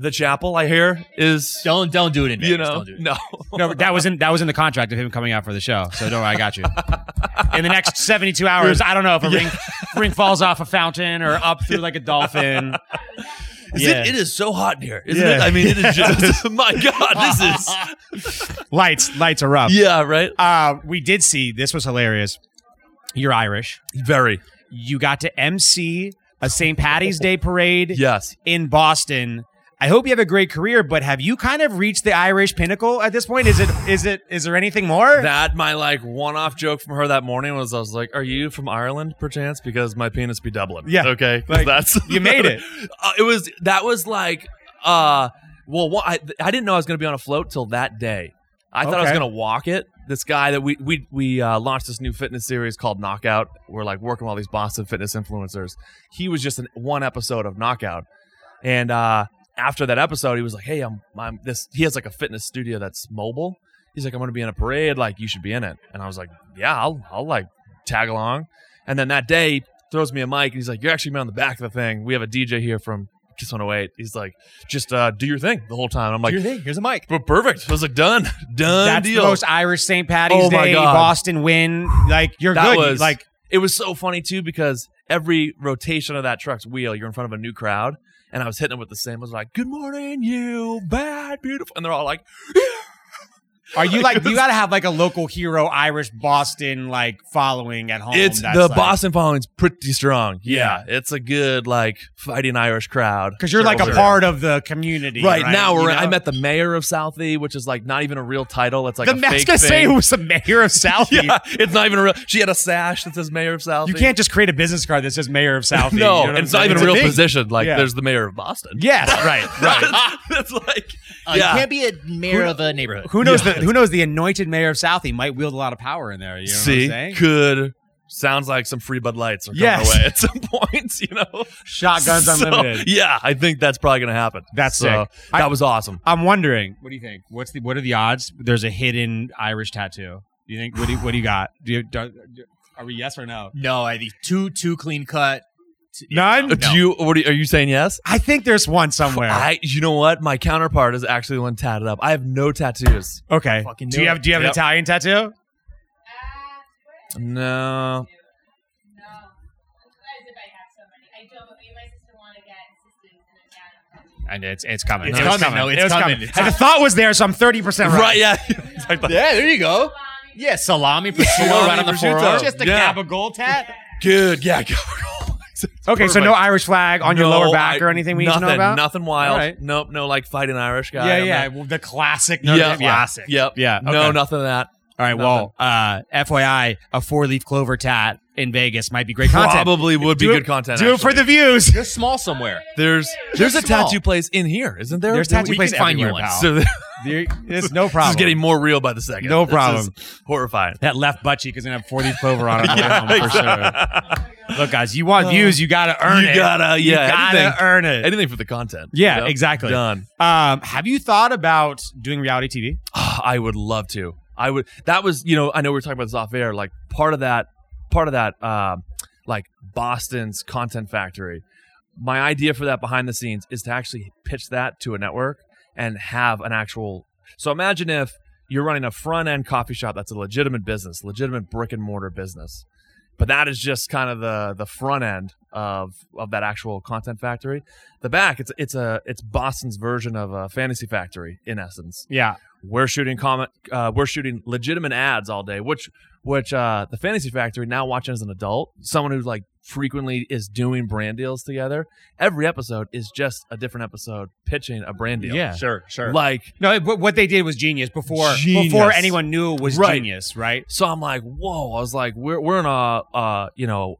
A: the chapel i hear is
B: Don't don't do it in Vegas.
A: you know
B: Don't do it.
A: no
C: No, that was in that was in the contract of him coming out for the show. So don't worry, I got you. In the next 72 hours, I don't know if a ring ring falls off a fountain or up through like a dolphin.
A: Is
C: Yeah.
A: it, it is so hot in here, isn't
C: Yeah.
A: it? I mean, it is just my God. This is
C: Lights, lights are up.
A: yeah, right.
C: Uh, we did see this was hilarious. You're Irish.
A: Very
C: You got to MC a St. Patty's Day parade
A: yes.
C: in Boston. I hope you have a great career, but have you kind of reached the Irish pinnacle at this point? Is it is it is there anything more?
A: That my like one-off joke from her that morning was I was like, "Are you from Ireland, perchance?" Because my penis be doubling.
C: Yeah.
A: okay,
C: Like,
A: that's
C: you made it.
A: Uh, it was that was like, uh, well, wha- I I didn't know I was gonna be on a float till that day. I thought I was
C: Okay.
A: gonna walk it. This guy that we we we uh, launched this new fitness series called Knockout. We're like working with all these Boston fitness influencers. He was just in one episode of Knockout, and uh, after that episode, he was like, "Hey, I'm I'm this." He has like a fitness studio that's mobile. He's like, "I'm gonna be in a parade. Like, you should be in it." And I was like, "Yeah, I'll I'll like tag along." And then that day, he throws me a mic, and he's like, "You're actually me on the back of the thing. We have a DJ here from Kiss 108." He's like, "Just uh, do your thing the whole time." I'm like,
B: Here's, a, here's a mic.
A: "Well, "Perfect." I was like, "Done, done
C: That's
A: deal."
C: the most Irish St. Patty's
A: Oh my
C: Day
A: God.
C: Boston win. Like you're
A: That
C: good. You-
A: was-
C: like
A: it was so funny too because every rotation of that truck's wheel, you're in front of a new crowd, and I was hitting them with the same. I was like, "Good morning, you bad, beautiful," and they're all like,
C: Are you like you gotta have like a local hero Irish Boston like following at home?
A: "It's
C: Oh, that's
A: the
C: like,
A: Boston following's pretty strong." Yeah, it's a good like fighting Irish crowd
C: because you're like a
A: Sure.
C: part of the community.
A: Right,
C: Right,
A: now
C: You
A: we're.
C: know?
A: I met the mayor of Southie, which is like not even a real title. It's like
C: the
A: a
C: I was
A: fake
C: gonna say
A: thing.
C: who was the mayor of Southie.
A: yeah, it's not even a real. She had a sash that says mayor of Southie.
C: You can't just create a business card that says mayor of Southie. you know
A: No,
C: what I'm
A: and it's not
C: saying?
A: even
C: It's
A: a real
C: thing.
A: position. Like
C: Yeah.
A: there's the mayor of Boston.
C: Yes, right, right.
A: that's like
B: Uh,
A: Yeah.
B: You can't be a mayor of a neighborhood.
C: Who knows the Who knows the anointed mayor of Southie might wield a lot of power in there. You know
A: see
C: what I'm saying?
A: could sounds like some free Bud Lights are coming
C: Yes.
A: away at some point. You know,
C: Shotguns
A: So,
C: Unlimited.
A: Yeah, I think that's probably gonna happen.
C: That's
A: so,
C: sick. I-
A: That was awesome.
C: I'm wondering. What do you think? What's the what are the odds? There's a hidden Irish tattoo. Do you think? What do you, what do you got? Do you, do, are we yes or no?
B: No, I think two two clean cut. T-
C: None?
B: No.
A: Uh, Do you? What are you, are you saying? Yes.
C: I think there's one somewhere.
A: I. You know what? My counterpart is actually the one tatted up. I have no tattoos.
C: okay.
B: Fucking
C: Do
B: do
C: you
B: it.
C: have Do you have
A: Yep.
C: an Italian tattoo?
E: Ah, what?
A: No.
E: No. As if I have so many. I don't, but me and my sister want to get sisters and I got them.
C: And it's it's coming.
B: It's
C: No,
B: coming. No, it's
C: It was
B: coming. It's-
C: the thought was there, so I'm 30 percent right.
A: Right. Yeah.
B: Yeah, there you go.
E: Salami,
B: Yeah, salami prosciutto
A: Salami
B: right on the
A: prosciutto.
B: forearm.
A: Just a Yeah.
B: gabagool tat.
A: Good. Yeah. okay.
C: Okay, so no Irish flag on your
A: No,
C: lower back
A: I-
C: or anything we
A: nothing,
C: need to know about.
A: Nothing wild.
C: All right.
A: Nope. No like fighting Irish guy.
C: Yeah,
A: I'm
C: yeah.
A: not-
C: well, the classic.
A: Yeah,
C: Notre Dame
A: yeah.
C: classic.
A: Yep.
C: Yeah.
A: No,
C: okay.
A: nothing of that.
C: All right. Well, uh, FYI, a four leaf clover tat in Vegas might be great content.
A: Probably would be
C: Do it-
A: good content.
C: Do it
A: actually.
C: for the views.
B: They're small somewhere.
A: There's
B: They're
A: there's a
B: small.
A: tattoo place in here, isn't there?
C: There's tattoo
B: we
C: place
B: can find you
C: everywhere,
B: one.
C: pal.
A: So this
C: There- There's no problem.
A: is getting more real by the second.
C: No
A: This
C: problem.
A: is horrifying.
C: that left butt cheek is gonna have 40 clover on it when we're home for sure. Look, guys, you want views, you gotta earn
A: you
C: it.
A: gotta
C: You
A: yeah.
C: gotta
A: anything,
C: earn it.
A: anything for the content.
C: Yeah,
A: Yep.
C: exactly.
A: Done.
C: Um, have you thought about doing reality TV?
A: Ah, I would love to. I would. That was, you know, I know we were talking about this off air. Like part of that, part of that, um, like Boston's content factory. My idea for that behind the scenes is to actually pitch that to a network and have an actual. So imagine if you're running a front end coffee shop that's a legitimate business, legitimate brick and mortar business, but that is just kind of the the front end of of that actual content factory. The back, it's it's a it's Boston's version of a fantasy factory in essence
C: Yeah.
A: we're shooting comment uh, we're shooting legitimate ads all day which which uh, the fantasy factory now watching as an adult someone who like frequently is doing brand deals together every episode is just a different episode pitching a brand deal
C: Yeah.
B: Sure, sure.
A: like
C: No, it- what what they did was genius before
A: Genius.
C: before anyone knew it was
A: Right.
C: genius, right?
A: so i'm like whoa i was like we're, we're in a uh, you know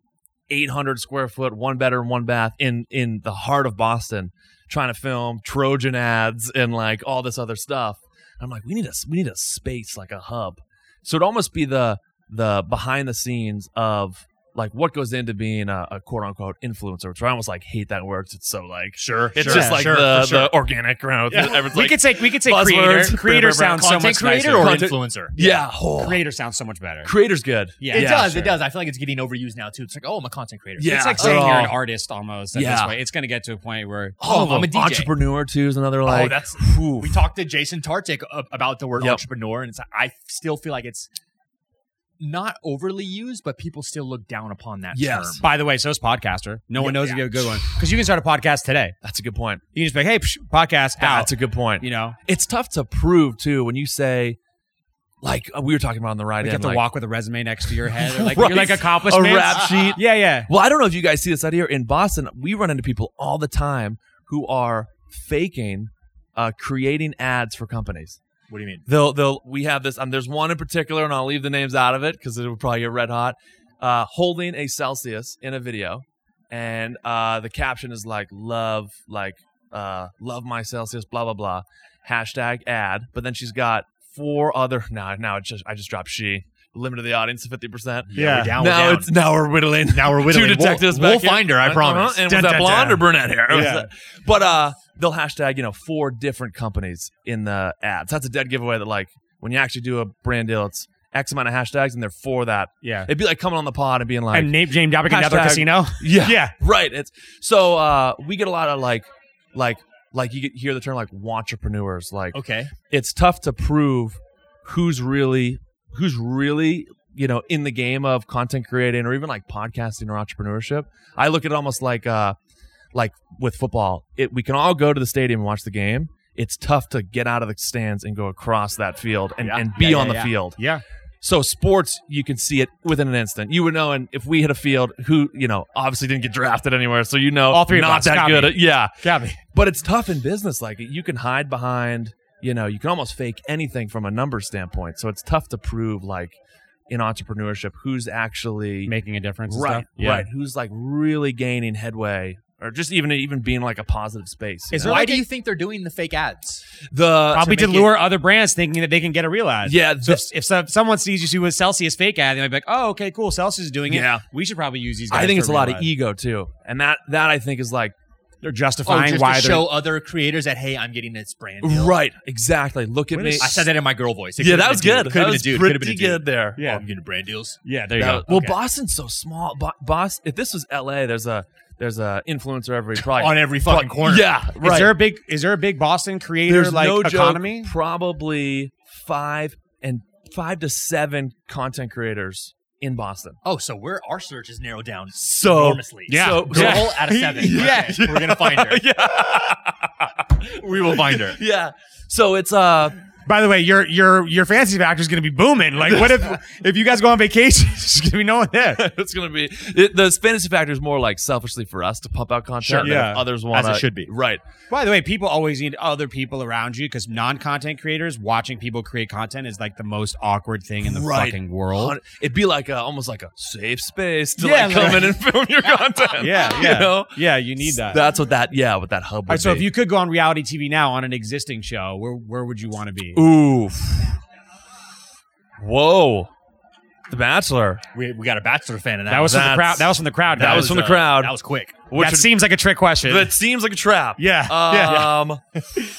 A: 800 square foot one bedroom one bath in in the heart of boston trying to film trojan ads and like all this other stuff i'm like we need a we need a space like a hub so it'd almost be the the behind the scenes of like what goes into being a, a quote unquote influencer which i almost like hate that word 'cause it's so like
B: Sure,
A: it's
B: sure,
A: just like
B: sure,
A: the,
B: for sure.
A: the organic growth
B: Yeah.
A: Everyone's
C: we
A: like,
C: could say we could say
A: buzzwords.
C: creator. Creator
A: Content
C: sounds so much
B: content creator
C: nicer.
B: or
A: Content-
B: influencer.
A: yeah oh,
C: creator sounds so much better.
A: creator's good
C: Yeah,
B: it
C: yeah,
B: does.
C: sure.
B: It does. I feel like it's getting overused now too. It's like, oh, I'm a content creator.
A: Yeah.
C: It's like
A: at
C: saying you're an
A: all.
C: artist almost. At this
A: Yeah.
C: way. it's gonna get to a point where
A: all
B: Oh, I'm a
A: of them.
B: DJ.
A: entrepreneur too is another like
B: oh, that's.
A: whew.
B: We talked to Jason Tartik a- about the word
A: Yep.
B: entrepreneur, and it's, I still feel like it's not overly used, but people still look down upon that
A: Yes.
B: term.
C: By the way, so is podcaster. No one
B: Yeah,
C: knows if you have a good one because you can start a podcast today.
A: That's a good point.
C: You can just be like, hey, psh, podcast out.
A: That's a good point.
C: you know,
A: It's tough to prove too when you say, like uh, we were talking about on the right
C: like you have
A: end.
C: to
A: like,
C: walk with a resume next to your head. or Like
A: Right.
C: you're like
A: a
C: accomplishments.
A: rap sheet.
C: Yeah, yeah.
A: Well, I don't know if you guys see this out here in Boston. We run into people all the time who are faking, uh, creating ads for companies.
B: What do you mean?
A: They'll they'll we have this. Um, there's one in particular, and I'll leave the names out of it because it will probably get red hot. Uh, holding a Celsius in a video, and uh, the caption is like "love like uh, love my Celsius," blah blah blah, hashtag ad. But then she's got four other. Now now it's just I just dropped she limited the audience to fifty percent.
B: We're down, we're
A: Now
B: down.
A: it's now we're whittling.
D: Now we're whittling.
A: Two detectives
D: We'll,
A: back
D: we'll
A: here.
D: find her. I
A: Uh-huh.
D: promise.
A: And was
D: Dun,
A: that
D: dun,
A: blonde
D: dun.
A: or brunette hair? It was
C: Yeah.
A: that- But uh, they'll hashtag you know four different companies in the ads. That's a dead giveaway. That like when you actually do a brand deal, it's X amount of hashtags, and they're for that.
C: Yeah.
A: It'd be like coming on the pod and being like,
C: and name James Dobbick another
A: Hashtag-
C: casino.
A: yeah,
C: Yeah.
A: right. It's so uh, we get a lot of like, like, like you get, hear the term like entrepreneurs. Like
B: Okay.
A: it's tough to prove who's really who's really you know in the game of content creating or even like podcasting or entrepreneurship i look at it almost like uh like with football it we can all go to the stadium and watch the game it's tough to get out of the stands and go across that field and, and be
B: Yeah,
A: on
B: yeah,
A: the
B: yeah.
A: field
C: Yeah.
A: so sports you can see it within an instant you would know and if we hit a field who you know obviously didn't get drafted anywhere so you know
C: All three of
A: not
C: us,
A: that
C: got
A: good
C: me.
A: at- yeah
C: Gabby.
A: but it's tough in business. Like you can hide behind, you know, you can almost fake anything from a number standpoint. So it's tough to prove, like in entrepreneurship, who's actually
C: Making a difference. and
A: right,
C: stuff. Yeah.
A: right, who's like really gaining headway or just even even being like a positive space. you
C: Is
A: know?
C: there
B: Why
C: like
B: do
C: a-
B: you think they're doing the fake ads?
A: the
C: Probably to
B: make
C: lure other brands thinking that they can get a real ad.
A: yeah, the,
C: So if, if some- someone sees you see with Celsius fake ad, they might be like, "Oh, okay, cool. Celsius is doing it.
A: Yeah.
C: we should probably use these." Guys
A: I think
C: for
A: it's a lot
C: real
A: of
C: ad."
A: ego too, and that that I think is like
C: They're
B: Oh,
C: justifying
B: just
C: why
B: to
C: they're.
B: show other creators that hey, I'm getting this brand. deal.
A: right, exactly. Look at
C: What
A: me.
C: is-
B: I said that in my girl voice. It
A: yeah,
B: could've
A: that
B: been
A: was
B: a dude.
A: good.
B: It
A: That
B: Could've
A: was
B: been a dude. Could've been
A: pretty
B: a dude.
A: good there.
C: Yeah.
B: Oh, I'm getting brand deals.
C: yeah, there you
A: That
C: go.
A: was- well,
C: Okay.
A: Boston's so small. Bo- Boston. If this was L.A., there's a there's a influencer every probably
D: on every fucking corner.
A: Yeah, right.
C: Is there a big? Is there a big Boston creator
A: there's
C: like
A: no joke,
C: economy?
A: probably five and five to seven content creators in Boston.
B: Oh, so we're our search is narrowed down
A: So
B: enormously.
A: yeah.
B: so,
A: Yeah.
B: girl out of seven.
A: Yeah.
B: Okay, we're gonna find her.
D: we will find her.
A: yeah. So it's uh
C: By the way, your your your fantasy factor is going to be booming. Like, what if if you guys go on vacation? There's going to be no one there.
A: it's gonna be it, the fantasy factor is more like selfishly for us to pump out content.
D: Sure.
A: than if
C: Yeah.
A: others want
D: As it should be.
A: Right.
C: By the way, people always need other people around you because non-content creators watching people create content is like the most awkward thing in the
A: Right.
C: fucking world.
A: It'd be like a, almost like a safe space to
C: Yeah,
A: like come
C: right.
A: in and film your content.
C: Yeah, yeah,
A: You know.
C: yeah. You need that.
A: That's what that yeah, what that hub would
C: All right, so
A: be.
C: if you could go on reality TV now on an existing show, where where would you want to be?
A: Ooh. Whoa. The Bachelor.
B: We, we got a bachelor fan in that.
C: that was from the
A: that's-
C: crowd. That was from the crowd.
A: That
C: guys.
A: was from the crowd.
B: That was quick.
A: Which
C: that seems like a trick question.
A: that seems like a trap.
C: Yeah, yeah.
A: Um,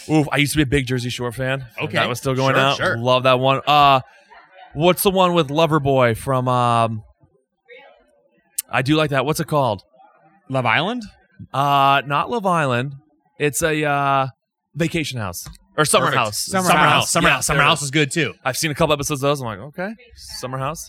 A: oof, I used to be a big Jersey Shore fan.
B: Okay.
A: That was still going
B: Sure,
A: out.
B: sure.
A: Love that one. Uh, what's the one with Loverboy from? Um, I do like that. What's it called?
C: Love Island.
A: Uh, not Love Island. It's a uh, vacation house or summer
B: Perfect.
A: house.
C: Summer
B: Summer
C: House.
B: house. Summer
A: Yeah,
B: house. Summer
A: there it
B: house
A: is.
B: is good too.
A: I've seen a couple episodes of those. I'm like, okay, summer house.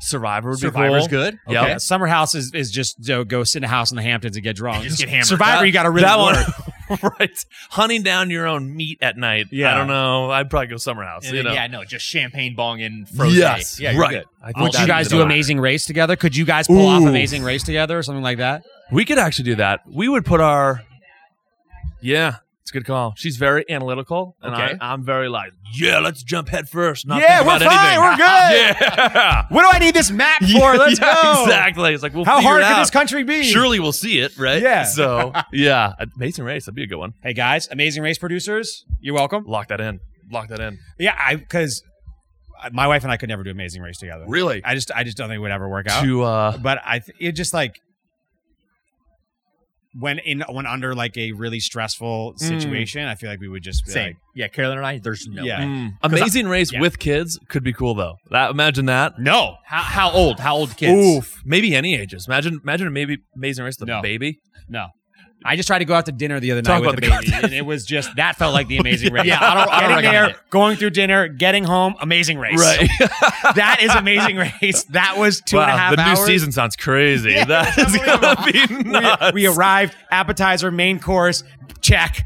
A: Survivor would
B: Survivor's
A: be cool.
B: good.
A: Yep.
B: Okay.
C: Yeah, summer house is, is just you know, go sit in a house in the Hamptons and get drunk.
B: Just get hammered.
C: Survivor,
A: That-
C: you got to really
A: that
C: work.
A: one. right. Hunting down your own meat at night.
C: Yeah.
A: I don't know. I'd probably go summer house.
B: And
A: you
B: then,
A: know.
B: Yeah, no, just champagne bong and frozen.
A: Yes,
B: Yeah, you're
A: right.
B: good.
A: I think
B: I'll
A: Would
C: Would
B: do
A: that
C: you guys
A: is
B: that.
C: do
A: the-
C: Amazing Race together? Could you guys pull off
A: Ooh.
C: Amazing Race together or something like that?
A: We could actually do that. We would put our. Yeah, it's a good call. She's very analytical, and
B: Okay.
A: I, I'm very like, yeah, let's jump head first. Not
C: Yeah,
A: think about
C: we're fine,
A: anything.
C: we're good.
A: Yeah.
C: What do I need this map for? Let's
A: Yeah,
C: go.
A: Exactly. It's like we'll
C: How
A: figure
C: hard
A: it
C: could
A: out.
C: this country be?
A: Surely we'll see it, right?
C: Yeah.
A: So yeah, Amazing Race. That'd be a good one.
C: Hey guys, Amazing Race producers, you're welcome.
A: Lock that in. Lock that in.
C: Yeah, I because my wife and I could never do Amazing Race together.
A: Really?
C: I just I just don't think it would ever work out.
A: To uh,
C: but I th- it just like when in when under like a really stressful
A: Mm.
C: situation, I feel like we would just be
B: Same.
C: like,
B: Yeah, Carolyn and I. There's no.
C: Yeah.
B: way.
A: Amazing Race
B: yeah.
A: with kids could be cool though. That imagine that.
B: No. How, how old? How old kids?
A: Oof. Maybe any ages. Imagine imagine maybe Amazing Race with a
C: No.
A: baby.
C: no. I just tried to go out to dinner the other
A: Talk
C: night
A: about
C: with
A: the
C: the baby, and it was just that felt like the Amazing Race.
B: Yeah, I don't- I don't
C: getting
B: recommend
C: there, going through dinner, getting home, Amazing Race. that is Amazing Race. That was two
A: wow,
C: and a half
A: the
C: hours.
A: new season sounds crazy. that is gonna be nuts.
C: We arrived, appetizer, main course, check,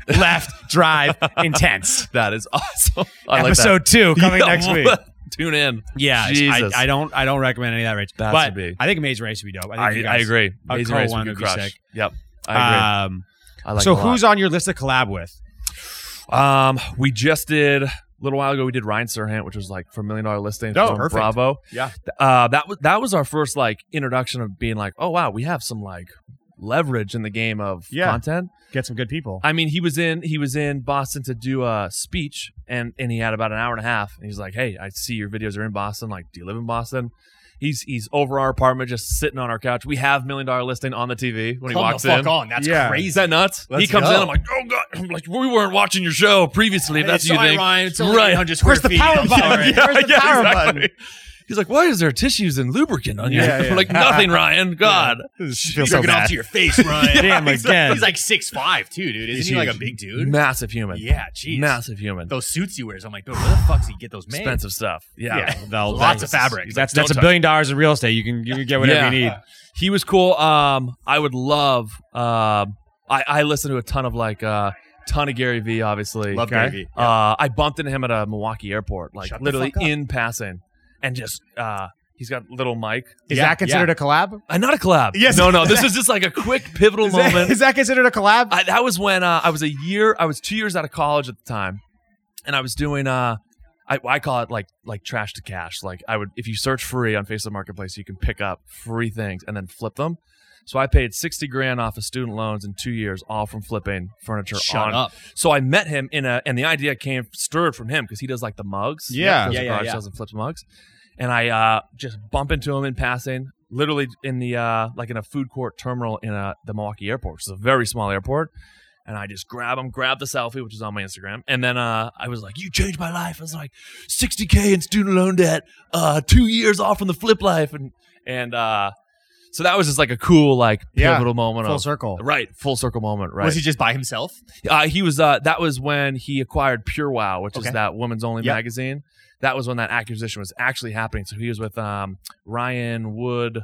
C: left, drive, intense.
A: that is awesome. I like that.
C: Episode two coming
A: Yeah,
C: next week.
A: Tune in.
C: Yeah, I,
A: Jesus.
C: I don't. I don't recommend any of that race.
A: That's
C: but
A: a big-
C: I think Amazing Race would be dope. I, think
A: I,
C: you
A: I
C: guys-
A: agree.
C: a
A: Amazing
C: Cole
A: Race
C: one
A: would
C: would be
A: crush.
C: sick.
A: Yep, I
C: Um,
A: agree. I like
C: so
A: it a lot.
C: who's on your list to collab with?
A: Um, we just did a little while ago. We did Ryan Serhant, which was like for Million Dollar Listing
C: Oh,
A: from
C: perfect.
A: Bravo.
B: Yeah.
A: uh, that was that was our first like introduction of being like, oh wow, we have some like leverage in the game of
C: Yeah.
A: content.
C: Get some good people.
A: I mean, he was in he was in Boston to do a speech, and and he had about an hour and a half. And he's like, "Hey, I see your videos are in Boston. Like, do you live in Boston?" He's he's over our apartment, just sitting on our couch. We have million dollar listing on the TV when he
B: Come
A: walks
B: the fuck
A: in.
B: on. That's
C: Yeah.
A: Is
B: crazy.
A: that nuts? he
B: Let's
A: comes
B: go.
A: in. I'm like, oh god! I'm like, we weren't watching your show previously. If that's
B: Hey,
A: what you
B: sorry,
A: think.
B: Ryan. It's only
A: Right.
B: 800 square
C: Where's the
B: feet.
C: power
B: I'm
C: button?
B: sorry.
A: Yeah,
C: Where's the
A: yeah,
C: power
A: exactly.
C: button?
A: He's like, why is there tissues and lubricant on your?
C: Yeah,
A: I'm
C: yeah.
A: like nothing, Ryan. God,
C: Feel
B: Jerk it off to your face, Ryan.
C: Damn again.
B: He's like six five too, dude. Isn't
C: He's
B: he like a
C: huge.
B: big dude?
A: massive human.
B: Yeah, jeez.
A: massive human.
B: Those suits he wears, I'm like, dude, where the fuck's he get those made?
A: Expensive stuff. yeah.
B: Yeah. Lots of fabric.
C: That's that's a billion dollars in real estate. You can you can get whatever you need.
A: He was cool. Um, I would love. Um, I I listen to a ton of like uh ton of Gary Vee, obviously.
B: Love
C: Okay.
B: Gary Vee.
A: Uh, I bumped into him at a Milwaukee airport, like
B: Shut the
A: literally
B: fuck up.
A: in passing, and just uh, he's got little mic.
C: Is
B: Yeah,
C: that considered a collab?
A: Uh, not a collab.
C: Yes.
A: No, no. This is just like a quick pivotal
C: Is that,
A: moment.
C: is that considered a collab?
A: I, that was when uh, I was a year. I was two years out of college at the time, and I was doing. Uh, I, I call it like like trash to cash. Like I would, if you search free on Facebook Marketplace, you can pick up free things and then flip them. So I paid sixty grand off of student loans in two years, all from flipping furniture.
B: Shut
A: on.
B: up.
A: So I met him in a, and the idea came stirred from him because he does like the mugs.
D: Yeah.
A: does
B: Yeah,
A: the
B: yeah,
A: garage
B: yeah.
A: sales and flips mugs. And I uh, just bump into him in passing, literally in the uh, like in a food court terminal in uh the Milwaukee airport, which is a very small airport. And I just grab him, grab the selfie, which is on my Instagram, and then uh, I was like, "You changed my life." I was like, "60k in student loan debt, uh, two years off from the flip life," and and uh, so that was just like a cool, like
D: Yeah.
A: pivotal moment.
C: Full
A: of,
C: circle.
A: Right, full circle moment. Right.
B: Was he just by himself?
A: Uh, he was. Uh, that was when he acquired Pure Wow, which
B: Okay.
A: is that women's only
B: Yep.
A: magazine. That was when that acquisition was actually happening. So he was with um, Ryan Wood.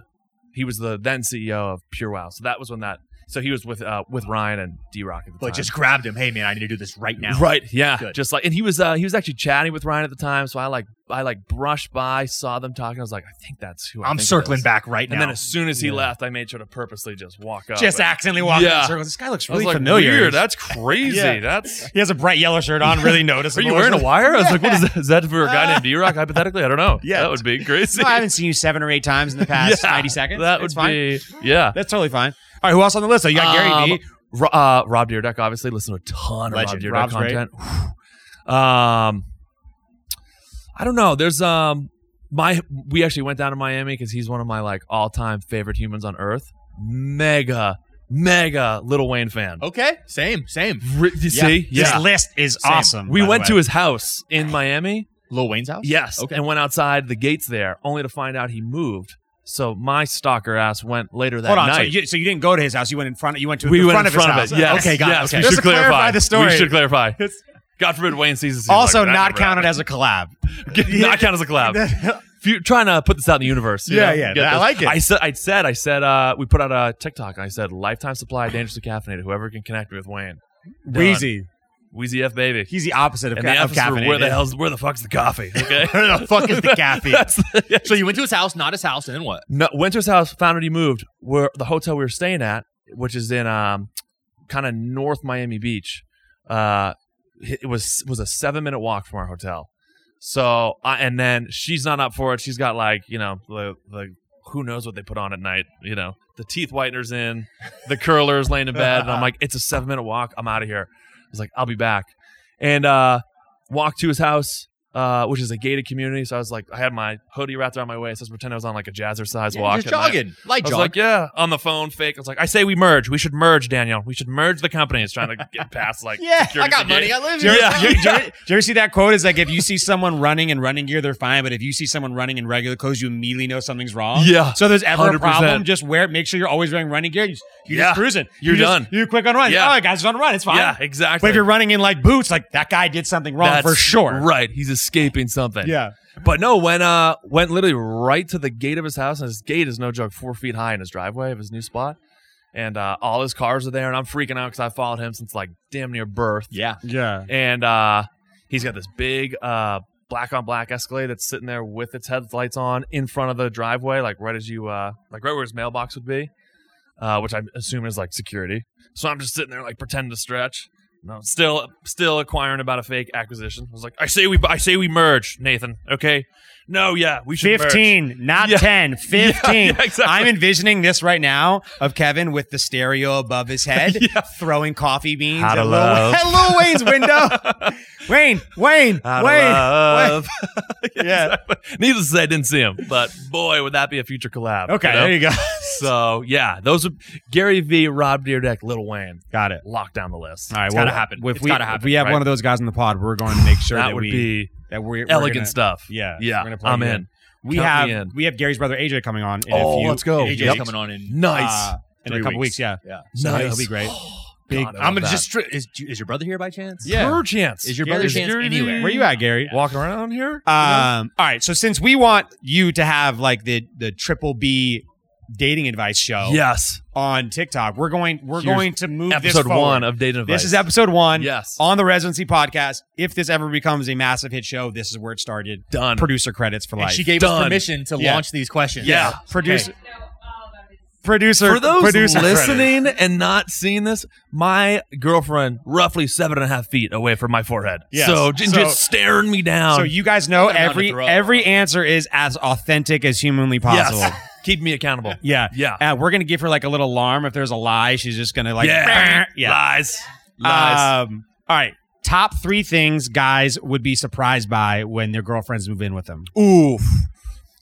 A: He was the then CEO of Pure Wow. So that was when that. So he was with uh, with Ryan and D Rock at the
B: But
A: time.
B: just grabbed him. Hey man, I need to do this right now.
A: Right. Yeah.
B: Good.
A: Just like, and he was uh, he was actually chatting with Ryan at the time. So I like I like brushed by, saw them talking. I was like, I think that's who I
B: I'm
A: think it
B: circling
A: is.
B: back right
A: And
B: now.
A: then as soon as he left, I made sure to purposely just walk up.
C: Just
A: and-
C: accidentally walking
A: Yeah.
C: in circles. This guy looks
A: I was
C: really
A: like,
C: familiar.
A: Weird. That's crazy.
C: Yeah.
A: That's
C: he has a bright yellow shirt on, really
A: Are
C: noticeable.
A: you wearing a wire? I was like, what is that? Is that for a guy named D Rock? Hypothetically, I don't know.
C: Uh, Yeah.
A: That would be crazy.
C: No, I haven't seen you seven or eight times in the past
A: Yeah,
C: 90 seconds.
A: That
C: It's
A: would
C: fine.
A: be, yeah.
C: That's totally fine. All right, who else on the list? So you got Gary
A: Um,
C: Vee.
A: Ro- uh, Rob Deerdeck, obviously. Listen to a ton
C: Legend.
A: of Rob Deerdeck
C: Rob's great.
A: content. Whew. Um, I don't know. There's, um, my, we actually went down to Miami because he's one of my like all time favorite humans on earth. Mega, mega Little Wayne fan.
C: Oh.
B: okay, same, same.
A: Re- you see?
C: This list is
B: Same.
C: awesome.
A: We
C: by the
A: went
C: way.
A: to his house in Miami.
B: Lil Wayne's house.
A: Yes.
B: Okay.
A: And went outside the gates there, only to find out he moved. So my stalker ass went later that
C: Hold on. So
A: night.
C: you, so you didn't go to his house. You went in front. You went to
A: we
C: the
A: went
C: front
A: in front of,
C: his
A: it.
C: house.
A: Yes.
C: Okay, got
A: yes.
C: it.
A: We
C: Okay.
A: should
C: Just to clarify the story.
A: We should clarify.
C: It's-
A: God forbid Wayne sees this. he's
C: also
A: like, "That
C: not
A: never
C: counted
A: happened."
C: as a collab.
A: not counted as a collab. If you're trying to put this out in the universe, you
C: Yeah,
A: know,
C: yeah,
A: get
C: I
A: this.
C: like it.
A: I said, I said, I said. Uh, we put out a TikTok, and I said, "Lifetime supply, dangerously caffeinated. Whoever can connect me with Wayne, Done.
C: Wheezy.
A: Wheezy F baby."
C: He's the opposite of,
A: and
C: ca-
A: the
C: of
A: F's were,
C: caffeinated.
A: where the hell's where the fuck's the coffee? Okay,
B: Where the fuck is the caffeine?
A: That's the-
B: So you went to his house, not his house, and then what?
A: No, Winter's house found out he moved. Where the hotel we were staying at, which is in um, kind of North Miami Beach, uh, it was was a seven minute walk from our hotel. So I, and then she's not up for it. She's got like you know the, the who knows what they put on at night. You know the teeth whiteners in, the curlers laying in bed, and I'm like, it's a seven minute walk. I'm out of here. I was like, I'll be back, and uh, walked to his house uh, which is a gated community. So I was like, I had my hoodie wrapped around my waist. I was pretending I was on like a jazzercise
B: Yeah,
A: walk.
B: just
A: at night.
B: jogging, light
A: I was
B: jog.
A: like, yeah, on the phone, fake. I was like, I say we merge. We should merge, Daniel. We should merge the companies trying to get past like.
C: Yeah, I
A: security
B: got
A: gate.
B: money. I live
A: Yeah,
B: here.
A: yeah,
C: Do you, ever, do you ever see that quote? It's like if you see someone running in running gear, they're fine. But if you see someone running in regular clothes, you immediately know something's wrong.
A: Yeah.
C: So if there's ever a
A: 100%.
C: problem, just wear. Make sure you're always wearing running gear. You, you're
A: Yeah.
C: just cruising.
A: You're
C: You just-
A: done.
C: You're quick on run.
A: Yeah.
C: Yeah. Oh, guy's on a run. It's fine.
A: Yeah, exactly.
C: But if you're running in like boots, like that guy did something wrong
A: That's
C: for sure.
A: Right. He's escaping something.
C: Yeah.
A: But no, when uh went literally right to the gate of his house, and his gate is no joke, four feet high in his driveway of his new spot. And uh, all his cars are there, and I'm freaking out because I followed him since like damn near birth.
B: Yeah.
C: Yeah.
A: and uh, he's got this big uh, black on black Escalade that's sitting there with its headlights on in front of the driveway, like right as you, uh, like right where his mailbox would be, uh, which I assume is like security. So I'm just sitting there, like pretending to stretch. No, I'm still, still acquiring about a fake acquisition. I was like, I say we, I say we merge, Nathan. Okay, no, yeah, we should. merge.
C: 15, not
A: Yeah.
C: 10, 15.
A: yeah, exactly.
C: I'm envisioning this right now of Kevin with the stereo above his head, throwing coffee beans
A: How to
C: at Lil,
A: love.
C: at Lil Wayne's window. Wayne, Wayne,
A: Out of
C: Wayne.
A: love.
C: Yeah.
A: Exactly. Needless to say, I didn't see him, but boy, would that be a future collab.
C: Okay,
A: you know?
C: there you go.
A: So yeah, those are Gary V, Rob Deerdeck, Little Wayne.
C: Got it.
A: Lock down the list.
C: All right,
A: it's
C: well,
A: gotta happen.
C: If
A: It's
C: we,
A: gotta
C: if
A: happen.
C: we have
A: right?
C: one of those guys in the pod, we're going to make sure that,
A: that would
C: we
A: be
C: that we're we're
A: elegant
C: gonna-
A: stuff.
C: Yeah,
A: yeah,
C: we're gonna plug
A: I'm
C: you
A: in.
C: We
A: Count me
C: have
A: in.
C: we have Gary's brother AJ coming on. In
A: Oh,
C: a few,
A: let's go.
C: AJ's
A: Yep.
B: coming on in.
A: Nice.
C: uh, in a
B: Three
C: couple
B: weeks.
C: weeks. Yeah,
B: Yeah.
C: So
A: nice.
C: that'll be great. Big-
A: God, I love
B: I'm gonna
A: that.
B: just. Is, is your brother here by chance?
A: yeah. Uh, Her chance
B: Is your
C: Yeah,
B: brother
C: is
B: chance
A: your-
B: anywhere?
C: Where you at, Gary?
A: walking around here?
C: Um, all right. So since we want you to have like the the triple B dating advice show
A: yes.
C: on TikTok, we're going we're
A: Here's
C: going to move this
A: Episode
C: forward.
A: one of Date and Advice.
C: This is episode one.
A: Yes.
C: On the residency podcast, if this ever becomes a massive hit show, this is where it started.
A: Done.
C: Producer credits for
B: And
C: life.
B: she gave us
A: Done.
B: permission to
C: Yeah.
B: launch these questions.
A: Yeah.
C: producer,
E: I know all about his
C: producer,
A: For those
C: producer credits.
A: listening and not seeing this, my girlfriend roughly seven and a half feet away from my forehead.
C: Yes.
A: So, j-
C: So-
A: just staring me down.
C: So you guys know
B: Put 'em down to
C: every
B: throw.
C: every answer is as authentic as humanly
A: Yes.
C: possible.
A: Keep me accountable.
C: Yeah.
A: Yeah.
C: Uh, we're going to give her like a little alarm. If there's a lie, she's just going to like,
A: yeah.
C: yeah.
A: Lies. Lies.
C: Um, all right. Top three things guys would be surprised by when their girlfriends move in with them.
A: Oof.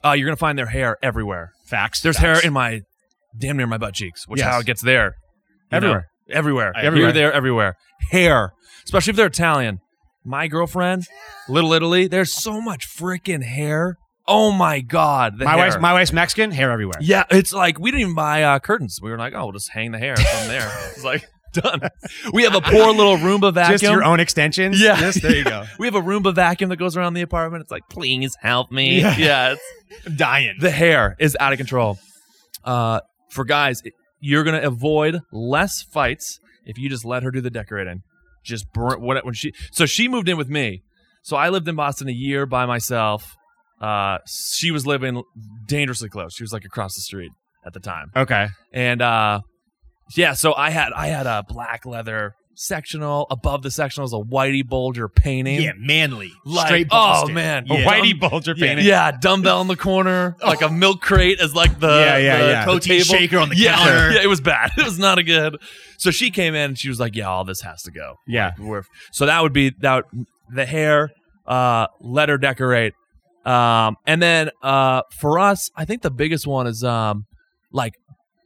A: Uh, you're gonna find their hair everywhere.
C: Facts.
A: There's
C: Facts.
A: hair in my damn near my butt cheeks, which is
C: Yes.
A: how it gets there. You
C: Everywhere.
A: know, everywhere,
C: I
A: everywhere,
C: agree.
A: there, everywhere. Hair, especially if they're Italian. My girlfriend, Little Italy. There's so much freaking hair. Oh my god. The
C: my
A: hair.
C: wife's my wife's Mexican. Hair everywhere.
A: Yeah, it's like we didn't even buy uh, curtains. We were like, oh, we'll just hang the hair from there. It's like done. We have a poor little Roomba vacuum.
C: Just your own extensions.
A: Yeah.
C: Just- there you go.
A: we have a Roomba vacuum that goes around the apartment. It's like, please help me.
C: Yeah.
A: Yeah, it's, dying. The hair is out of control. Uh, for guys, it- you're gonna avoid less fights if you just let her do the decorating. Just burn what when she. So she moved in with me. So I lived in Boston a year by myself. Uh, she was living dangerously close. She was like across the street at the time
C: Okay.
A: and uh yeah so i had i had a black leather sectional above the sectional is a whitey bulger painting
B: Yeah, manly.
A: Like,
B: Straight
A: oh
B: Boston.
A: man
C: A
A: yeah. Um,
C: Whitey Bulger
A: yeah,
C: painting.
A: yeah, dumbbell in the corner like a milk crate as like the
C: Yeah, yeah,
A: the,
C: yeah.
A: the
B: Protein
A: table.
B: shaker on the
A: yeah,
B: counter.
A: yeah it was bad it was not a good so she came in and she was like yeah all this has to go
C: Yeah.
A: We're- so that would be that would- the hair uh let her decorate um and then uh for us i think the biggest one is um like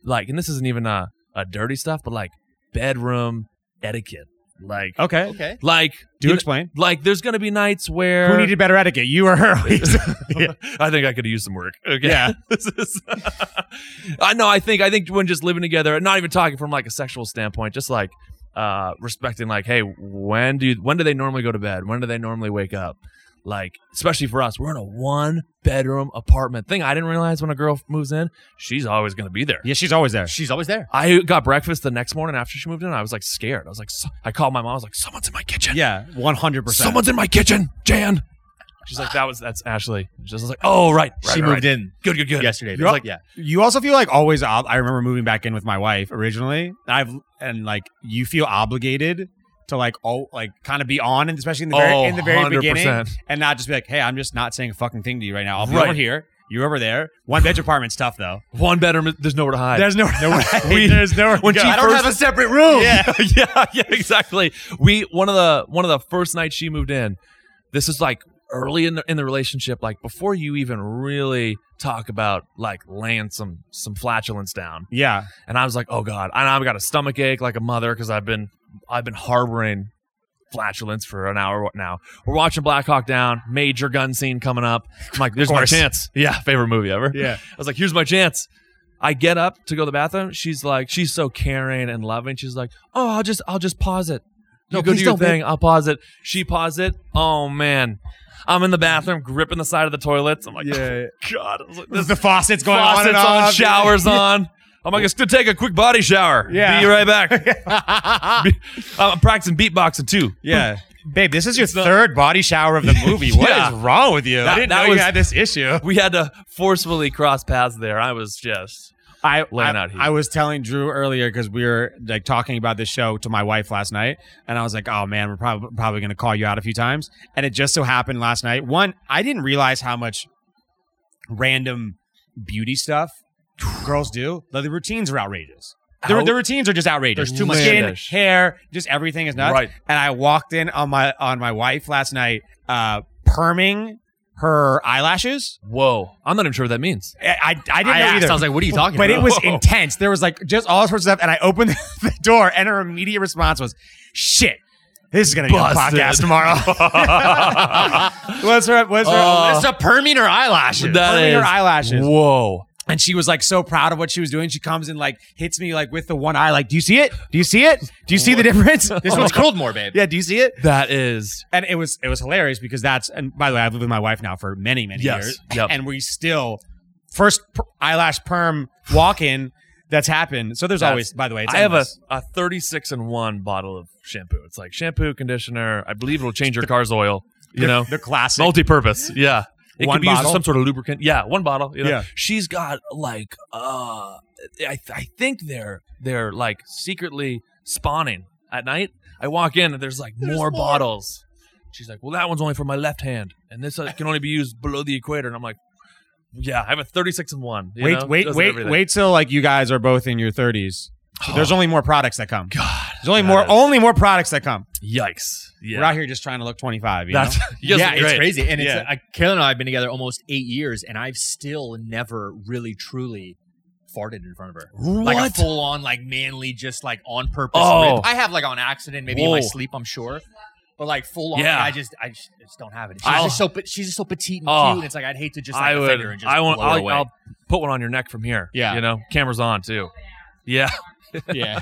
A: like and this isn't even uh a dirty stuff but like bedroom etiquette like
C: Okay.
D: Okay.
A: like
C: Do
A: you know,
C: explain.
A: like there's gonna be nights where
C: Who needed better etiquette? You or her?
A: I think I could use some work. Okay.
C: Yeah.
A: This is- I know. I think. I think when just living together, and not even talking from like a sexual standpoint, just like uh respecting, like, hey, when do when do they normally go to bed? When do they normally wake up? Like, especially for us, we're in a one bedroom apartment. Thing I didn't realize when a girl moves in, she's always gonna be there.
C: yeah, she's always there.
D: She's always there.
A: I got breakfast the next morning after she moved in. I was like scared. I was like, so- I called my mom. I was like, someone's in my kitchen.
C: Yeah, one hundred percent.
A: Someone's in my kitchen, Jan. She's like, that was that's Ashley. She was like, oh right, right
B: she
A: right, right.
B: moved in
A: Good, good, good.
B: yesterday.
A: You're like,
B: yeah.
C: You also feel like always. Ob- I remember moving back in with my wife originally. I've and like you feel obligated to like oh like kind of be on, and especially in the very,
A: Oh,
C: in the very
A: 100%.
C: beginning, and not just be like, hey, I'm just not saying a fucking thing to you right now. I'll be
A: Right.
C: over here. You over there. One bedroom apartment's tough though.
A: One bedroom. There's nowhere to hide.
C: There's no no
A: We-
C: there's nowhere. to
A: when
C: go.
A: she
C: I don't
A: first-
C: have a separate room. Yeah.
A: yeah, yeah, yeah, exactly. We one of the one of the first nights she moved in. This is like early in the in the relationship, like before you even really talk about like laying some some flatulence down.
C: Yeah.
A: And I was like, oh god, and I've got a stomach ache like a mother because I've been I've been harboring flatulence for an hour now. We're watching Black Hawk Down, major gun scene coming up. I'm like, there's my
C: course.
A: chance. Yeah, favorite movie ever.
C: Yeah.
A: I was like, here's my chance. I get up to go to the bathroom. She's like, she's so caring and loving. She's like, oh, I'll just, I'll just pause it. You
C: No,
A: go do
C: please
A: your
C: don't,
A: thing. I'll pause it. She paused it. Oh man, I'm in the bathroom, gripping the side of the toilets. I'm like, "Oh,
C: Yeah.
A: God, I was like,
C: This
A: this
C: is the faucet's going on
A: faucet's
C: and
A: on,
C: off.
A: showers on. I'm like, it's gonna take a quick body shower.
C: Yeah.
A: be right back. Be- I'm practicing beatboxing too.
C: Yeah. Babe, this is your third body shower of the movie. What is
A: Yeah.
C: wrong with you? I
A: That-
C: didn't
A: that
C: know
A: was-
C: you had this issue.
A: We had to forcefully cross paths there. I was just
C: I
A: Laying
C: I,
A: out heat.
C: I was telling Drew earlier because we were like talking about this show to my wife last night, and I was like, "Oh man, we're probably probably going to call you out a few times." And it just so happened last night. One, I didn't realize how much random beauty stuff girls do. The, the routines are outrageous. The,
A: Out-
C: the routines are just outrageous.
A: There's too much
C: skin,
A: outlandish.
C: hair, just everything is nuts.
A: Right.
C: And I walked in on my on my wife last night, uh, perming her eyelashes.
A: whoa. I'm not even sure what that means.
C: I I, I didn't
D: I
C: know
D: asked,
C: either.
D: I was like, what are you talking
C: But
D: about?
C: it was
A: Whoa.
C: intense. There was like just all sorts of stuff. And I opened the door, and her immediate response was, shit. This is gonna be
A: Busted.
C: a podcast tomorrow. was her was her
A: Oh.
C: it's a perming her eyelashes.
A: That
C: perming her
A: is-
C: eyelashes.
A: Whoa.
C: And she was like so proud of what she was doing. She comes and like hits me like with the one eye, like, Do you see it? Do you see it? Do you see the difference?
D: This one's curled more, babe.
C: Yeah, do you see it?
A: That is
C: And it was it was hilarious because that's and by the way, I've lived with my wife now for many many
A: Yes.
C: years,
A: Yep.
C: and we still first per- eyelash perm walk in that's happened. So there's
A: That's-
C: always by the way, it's
A: I have a,
C: endless.
A: a 36 and 1 bottle of shampoo. It's like shampoo, conditioner. I believe it'll change your car's oil, you know?
C: the classic.
A: Multi purpose. Yeah. It
C: One
A: can be used
C: bottle?
A: as some sort of lubricant. Yeah, one bottle. You know?
C: Yeah.
A: She's got like, uh, I, I think they're, they're like secretly spawning at night. I walk in and there's like more, bottles. She's like, well, that one's only for my left hand. And this uh, can only be used below the equator. And I'm like, yeah, I have a 36 and one. you
C: wait,
A: know?
C: wait,
A: Does
C: wait,
A: everything. Oh.
C: wait till like you guys are both in your thirties. There's only more products that come.
A: God,
C: There's only
A: that
C: more,
A: is-
C: only more products that come.
A: yikes. Yeah,
C: We're out here just trying to look 25. You
A: That's
C: know?
A: you guys
B: yeah,
A: look
B: it's
A: great.
B: crazy. And it's
A: Yeah.
B: uh, Kayla and I have been together almost eight years, and I've still never really truly farted in front of her. Like a
A: What?
B: full on, like manly, just like on purpose.
A: Oh.
B: rip. I have like on accident, maybe in my
A: Whoa.
B: sleep, I'm sure. But like full on,
A: Yeah.
B: I just, I just, I just don't have it. She's
A: I'll-
B: just so, pe- she's just so petite and
A: Oh.
B: cute. And it's like I'd hate to just like,
A: I
B: offend
A: would.
B: her and just
A: I want.
B: blow her
A: I'll,
B: away.
A: I'll put one on your neck from here.
C: Yeah.
A: you know, cameras on too. Yeah,
C: yeah.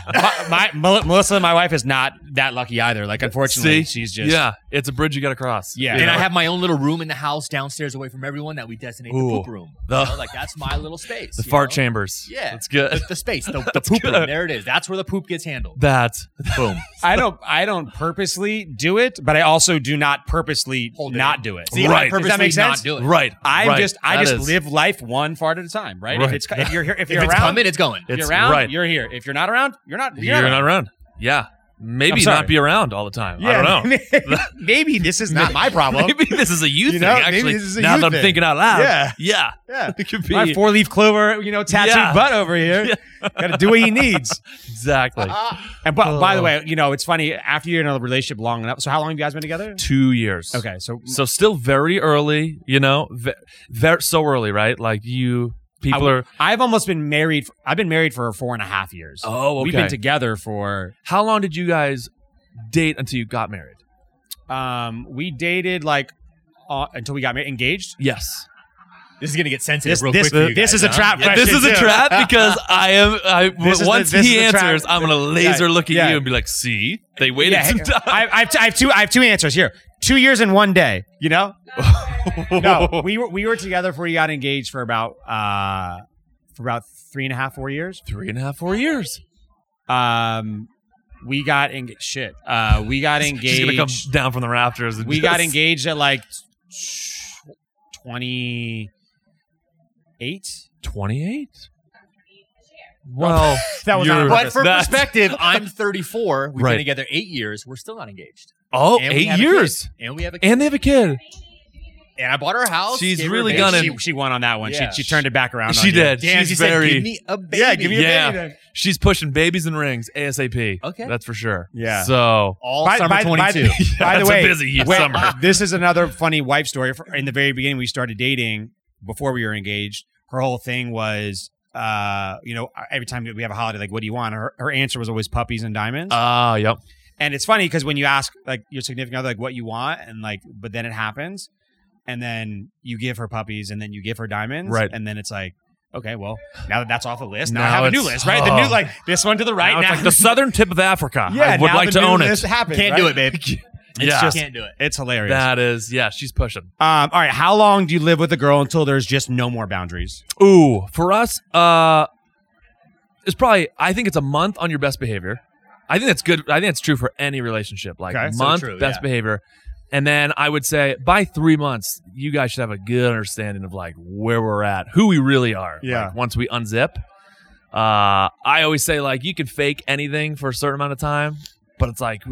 C: my, my- Melissa, my wife, is not that lucky either. Like, unfortunately, she's just.
A: yeah. It's a bridge you got to cross.
C: Yeah.
A: you
B: and
A: know?
B: I have my own little room in the house downstairs, away from everyone, that we designate the
A: Ooh.
B: poop room.
A: The-
B: You know, like that's my little space.
A: the
B: you
A: fart
B: know?
A: chambers.
B: Yeah.
A: it's good.
B: The, the space, the, the poop room. There it is. That's where the poop gets handled.
A: That boom.
C: I don't. I don't purposely do it, but I also do not purposely
B: Hold it
C: not
B: in.
C: do it.
B: See,
A: Right.
B: I
C: Does
B: purposely
C: that make
B: not
C: sense?
B: do it.
A: Right.
C: I
A: right.
C: just. I
A: That
C: just
A: is-
C: live life one fart at a time. Right. If
A: Right.
C: it's if you're here, if,
B: If
C: you're
B: it's
C: around,
B: coming, it's going.
C: if
A: It's
C: you're around,
A: right.
C: you're here. If you're not around, you're not.
A: You're, not around. Yeah. Maybe
C: I'm sorry.
A: not be around all the time.
C: Yeah,
A: I don't know.
C: Maybe, maybe this is not my problem.
A: Maybe this is a you
D: You
A: thing.
D: know, maybe
A: actually,
D: this is a
A: now
D: you
A: that I'm
D: thing.
A: thinking out loud.
D: Yeah.
A: Yeah.
D: Yeah.
A: It could be
C: My four leaf clover, you know, tattooed
A: Yeah.
C: butt over here. Got to do what he needs.
A: exactly
B: Uh, Ah.
C: And by, by the
A: Oh.
C: way, you know, it's funny. After you're in a relationship long enough, so how long have you guys been together?
A: two years.
C: Okay, so
A: So still very early. You know, ve- ver- so early, right? Like you people
C: I-
A: are.
C: I've almost been married. f- I've been married for four and a half years.
A: Oh,
C: We've been together for.
A: How long did you guys date until you got married?
C: Um, we dated like uh, until we got married, engaged.
A: Yes.
B: This is gonna get sensitive
C: This
B: real
C: this,
B: quick. for you
C: this
B: guys,
C: is a
B: huh?
C: trap.
A: Yeah, this
C: question,
A: is a
C: too.
A: trap because I am. I
C: This is
A: once
C: the- this
A: he
C: is the trap.
A: answers, I'm gonna laser look at
C: yeah.
A: you and be like, "See, they waited
C: Yeah,
A: some time."
C: I, I've, I have two. I have two answers here. Two years and one day. You know. no, we were we were together before we got engaged for about uh for about three and a half four years.
A: Three and a half, four years.
C: Um, we got engaged. Shit. Uh, we got
A: She's gonna come
C: engaged.
A: down from the rafters. And
C: we
A: just-
C: got engaged at like twenty eight.
A: 28. Well,
C: That was
A: You're-
C: not
B: But for
A: That's-
B: perspective, I'm 34. We've
A: Right.
B: been together eight years. We're still not engaged.
A: oh,
B: And we
A: eight
B: have a
A: years,
B: kid. And we have a kid.
A: and they have a kid.
B: And I bought her a house.
A: She's
B: gave her
A: really
B: a
A: gonna-
B: baby.
C: She, she won on that one.
B: Yeah.
C: She, she turned it back around.
A: She
C: on you.
A: did.
B: Damn,
A: She's
B: she said,
A: very.
B: "Give me a baby."
D: Yeah, give me a
A: Yeah.
D: baby. then.
A: she's pushing babies and rings ASAP.
B: Okay.
A: that's for sure.
C: Yeah.
A: So
B: all
C: By-
B: summer
C: by- by-
B: 22.
C: By the
A: that's
C: way,
A: a busy year-
C: wait,
A: summer.
C: uh, this is another funny wife story. For- In the very beginning, we started dating before we were engaged. Her whole thing was, uh, you know, every time that we have a holiday, like, what do you want? Her, her answer was always puppies and diamonds.
A: Ah, yep.
C: and it's funny because when you ask like your significant other like what you want, and like, but then it happens, and then you give her puppies, and then you give her diamonds,
A: Right.
C: And then it's like. Okay, well, now that that's off the list, now, I
A: Now
C: have a new
A: it's-
C: list, right? The new
A: oh.
C: like this one to the right
A: now,
C: now.
A: it's like the southern tip of Africa.
C: yeah,
A: I would
C: now
A: like
C: the
A: to
C: new
A: own
C: list
A: it.
C: Happens,
B: Can't
C: right?
B: do it, babe.
A: yeah,
B: Can't do it.
C: It's hilarious.
A: that is. Yeah, she's pushing.
C: Um, all right. How long do you live with a girl until there's just no more boundaries?
A: Ooh, for us, uh, it's probably. I think it's a month on your best behavior. I think that's good. I think that's true for any relationship. Like
C: Okay, so
A: month
B: true,
A: best
B: yeah.
A: behavior, and then I would say by three months, you guys should have a good understanding of like where we're at, who we really are.
C: Yeah.
A: Like, once we unzip, uh, I always say like you can fake anything for a certain amount of time, but it's like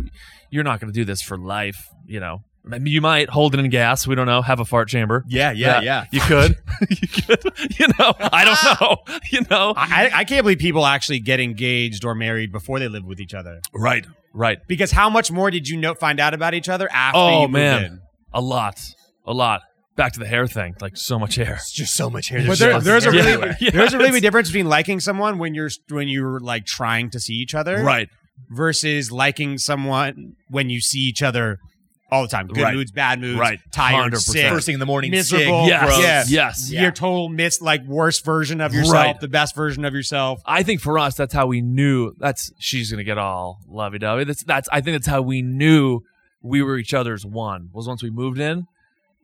A: you're not going to do this for life. You know, I mean, you might hold it in gas. We don't know. Have a fart chamber.
B: Yeah,
A: yeah, You could. you could. You know, I don't know. You know.
C: I, I, I can't believe people actually get engaged or married before they live with each other.
A: Right. Right.
C: Because how much more did you know find out about each other after
A: Oh,
C: you moved
A: man.
C: in?
A: A lot. A lot. Back to the hair thing. Like so much hair.
B: It's just so much hair. There's
C: But there-
B: just
C: there's a
B: everywhere.
C: really
A: Yeah,
C: there's a really
A: it's-
C: big difference between liking someone when you're when you're like trying to see each other,
A: Right.
C: versus liking someone when you see each other all the time. Good
A: Right.
C: moods, bad moods,
A: Right.
C: tired,
A: 100%.
C: sick,
B: first thing in the morning.
C: miserable.
B: sick,
A: Yes.
B: gross.
C: Yeah.
A: Yes.
B: Yeah.
C: your total miss, like worst version of yourself,
A: Right.
C: the best version of yourself.
A: I think for us, that's how we knew that's she's gonna get all lovey dovey. That's that's I think that's how we knew we were each other's one. Was once we moved in,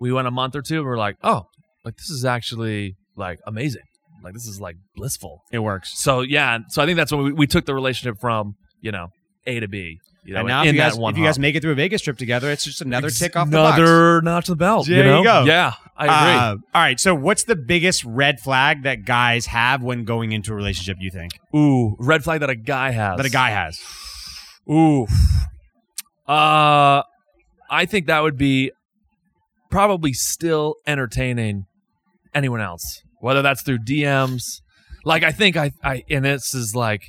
A: we went a month or two and we are like, oh, like this is actually like amazing. Like this is like blissful.
C: It works.
A: So yeah, so I think that's when we, we took the relationship from you know A to B. You know,
C: and now
A: in
C: if you,
A: that
C: guys,
A: one
C: if you guys
A: hop.
C: make it through a Vegas trip together, it's just another
A: Ex-
C: tick off the box.
A: another notch of the belt.
C: There you
A: know?
C: go.
A: Yeah, I agree.
C: Uh, all right. So, what's the biggest red flag that guys have when going into a relationship? You think
A: Ooh, red flag that a guy has.
C: that a guy has?
A: Ooh. Uh, I think that would be probably still entertaining anyone else, whether that's through DMs. Like I think I, I and this is like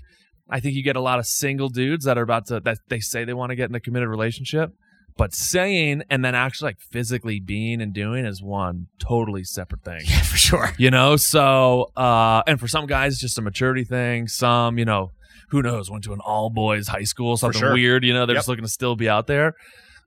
A: I think you get a lot of single dudes that are about to that they say they want to get in a committed relationship, but saying and then actually like physically being and doing is one totally separate thing
B: Yeah, for sure.
A: you know so uh and for some guys it's just a maturity thing some you know who knows went to an all boys high school something
D: sure.
A: weird you know they're
D: Yep.
A: just looking to still be out there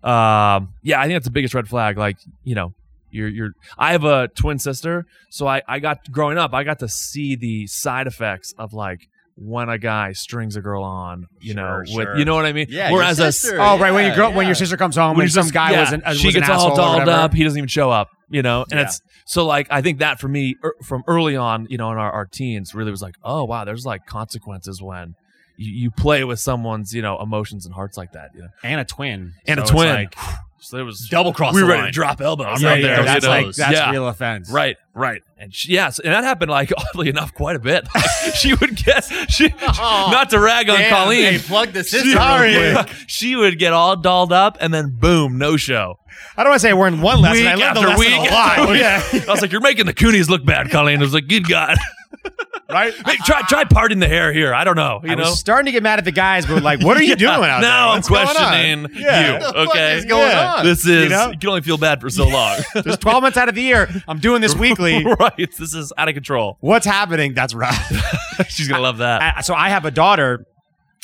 A: um yeah i think that's the biggest red flag like you know you're you're i have a twin sister so i i got growing up i got to see the side effects of like when a guy strings a girl on you know
D: Sure,
A: with
D: sure.
A: you know what i mean
D: Yeah, your
A: whereas a
D: sister,
C: Oh, right. when
D: yeah,
C: your girl, when
D: yeah.
C: your sister comes home,
A: when
C: when
A: you
C: some
A: just-
C: guy
A: yeah,
C: was an, uh,
A: she
C: was an
A: gets all
C: asshole or
A: dolled
C: whatever.
A: up. He doesn't even show up, you know. And
D: Yeah.
A: it's so like I think that for me er, from early on, you know, in our, our teens, really was like, oh wow, there's like consequences when you, you play with someone's you know emotions and hearts like that, you know.
C: and a twin,
A: And
C: So
A: a
C: it's
A: twin.
C: like-
A: so there was
B: Double cross.
A: we
B: the
A: were ready
B: line.
A: to drop elbows
B: Yeah,
A: out there.
B: yeah, yeah,
A: you
C: that's
A: know?
C: like that's
A: Yeah.
C: real offense.
A: Right, right, and she, yes, and that happened like oddly enough quite a bit. she would get she,
C: Oh,
A: not to rag on
D: Damn,
A: Colleen,
D: They plugged the
A: she,
D: sister. Sorry.
A: she would get all dolled up and then boom, no show.
C: I don't want to say we're in one lesson.
A: Week
C: I learned the
A: after
C: lesson
A: week
C: a lot.
A: after week.
C: Yeah.
A: I was like, "You're making the Coonies look bad, Colleen." I was like, "Good God,
C: right.
A: Hey, try try parting the hair here." I don't know, you
C: I
A: know.
C: was starting to get mad at the guys, but like, what are you doing out there?
A: now I'm
C: What's going on?
A: questioning
C: Yeah.
A: you.
D: What the fuck
A: okay,
D: is going Yeah. on?
A: This is you,
C: know?
A: can only feel bad for so long,
C: There's 12 months out of the year. I'm doing this weekly.
A: right? This is out of control.
C: What's happening? That's right.
A: She's gonna love that.
C: I- so I have a daughter,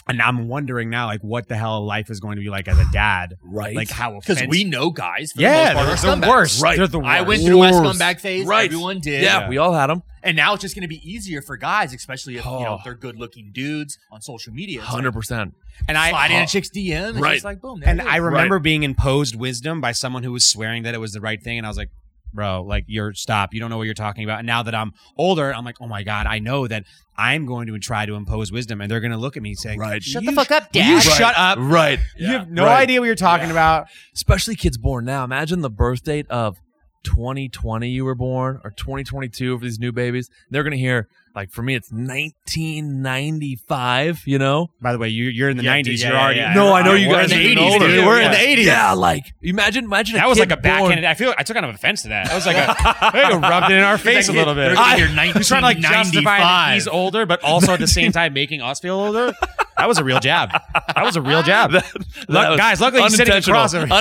C: and I'm wondering now, like, what the hell life is going to be like as a dad.
A: Right.
C: Like how
B: Because
C: offensive-
B: we know guys. For the
C: yeah,
B: most part, are
C: they're the
B: scumbags.
C: worst.
A: Right.
C: They're the worst.
B: I went through my
A: Worst.
B: scumbag phase.
A: Right.
B: Everyone did.
A: yeah, we all had them.
B: And now it's just going to be easier for guys, especially if you know
A: Oh.
B: they're good-looking dudes on social media. It's
A: Hundred percent. Oh.
C: and
B: Like,
C: I
B: slide in a chick's DM. It's
A: Right.
B: just like boom. there
C: and
B: it
C: I
B: is.
C: remember being imposed wisdom by someone who was swearing that it was the right thing, and I was like, "Bro, like you're stop. You don't know what you're talking about." And now that I'm older, I'm like, "Oh my god, I know that I'm going to try to impose wisdom, and they're going to look at me saying,
A: Right.
C: shut
B: You
C: the fuck
B: sh-
C: up, Dad. You
B: Right.
C: shut up.
A: Right.
C: You have no
A: Right.
C: idea what you're talking about."
A: Especially kids born now. Imagine the birth date of 2020 you were born or 2022 for these new babies. They're gonna hear like for me it's 1995. You know.
C: By the way, you, you're in the
B: Yeah,
C: '90s.
B: dude, yeah,
C: you're
B: yeah,
C: already
B: yeah.
A: No, I know
C: We're
A: you
C: in
A: guys
C: the
A: are even
C: 80s,
A: older.
C: dude.
A: We're in the
C: Yeah.
A: 80s. Yeah, like imagine, imagine
C: That
A: a
C: was
A: kid
C: like
A: born.
C: a backhanded. I feel I took kind of offense to that. That was like a I think it rubbed it in our face a little
B: They're
C: bit.
B: gonna hear
C: He's trying to like justify that he's
B: 1995.
C: older, but also at the same time making us feel older. That was a real jab. That was a real jab. That Look,
A: was
C: guys, luckily he's sitting
A: unintentional-
C: across everything.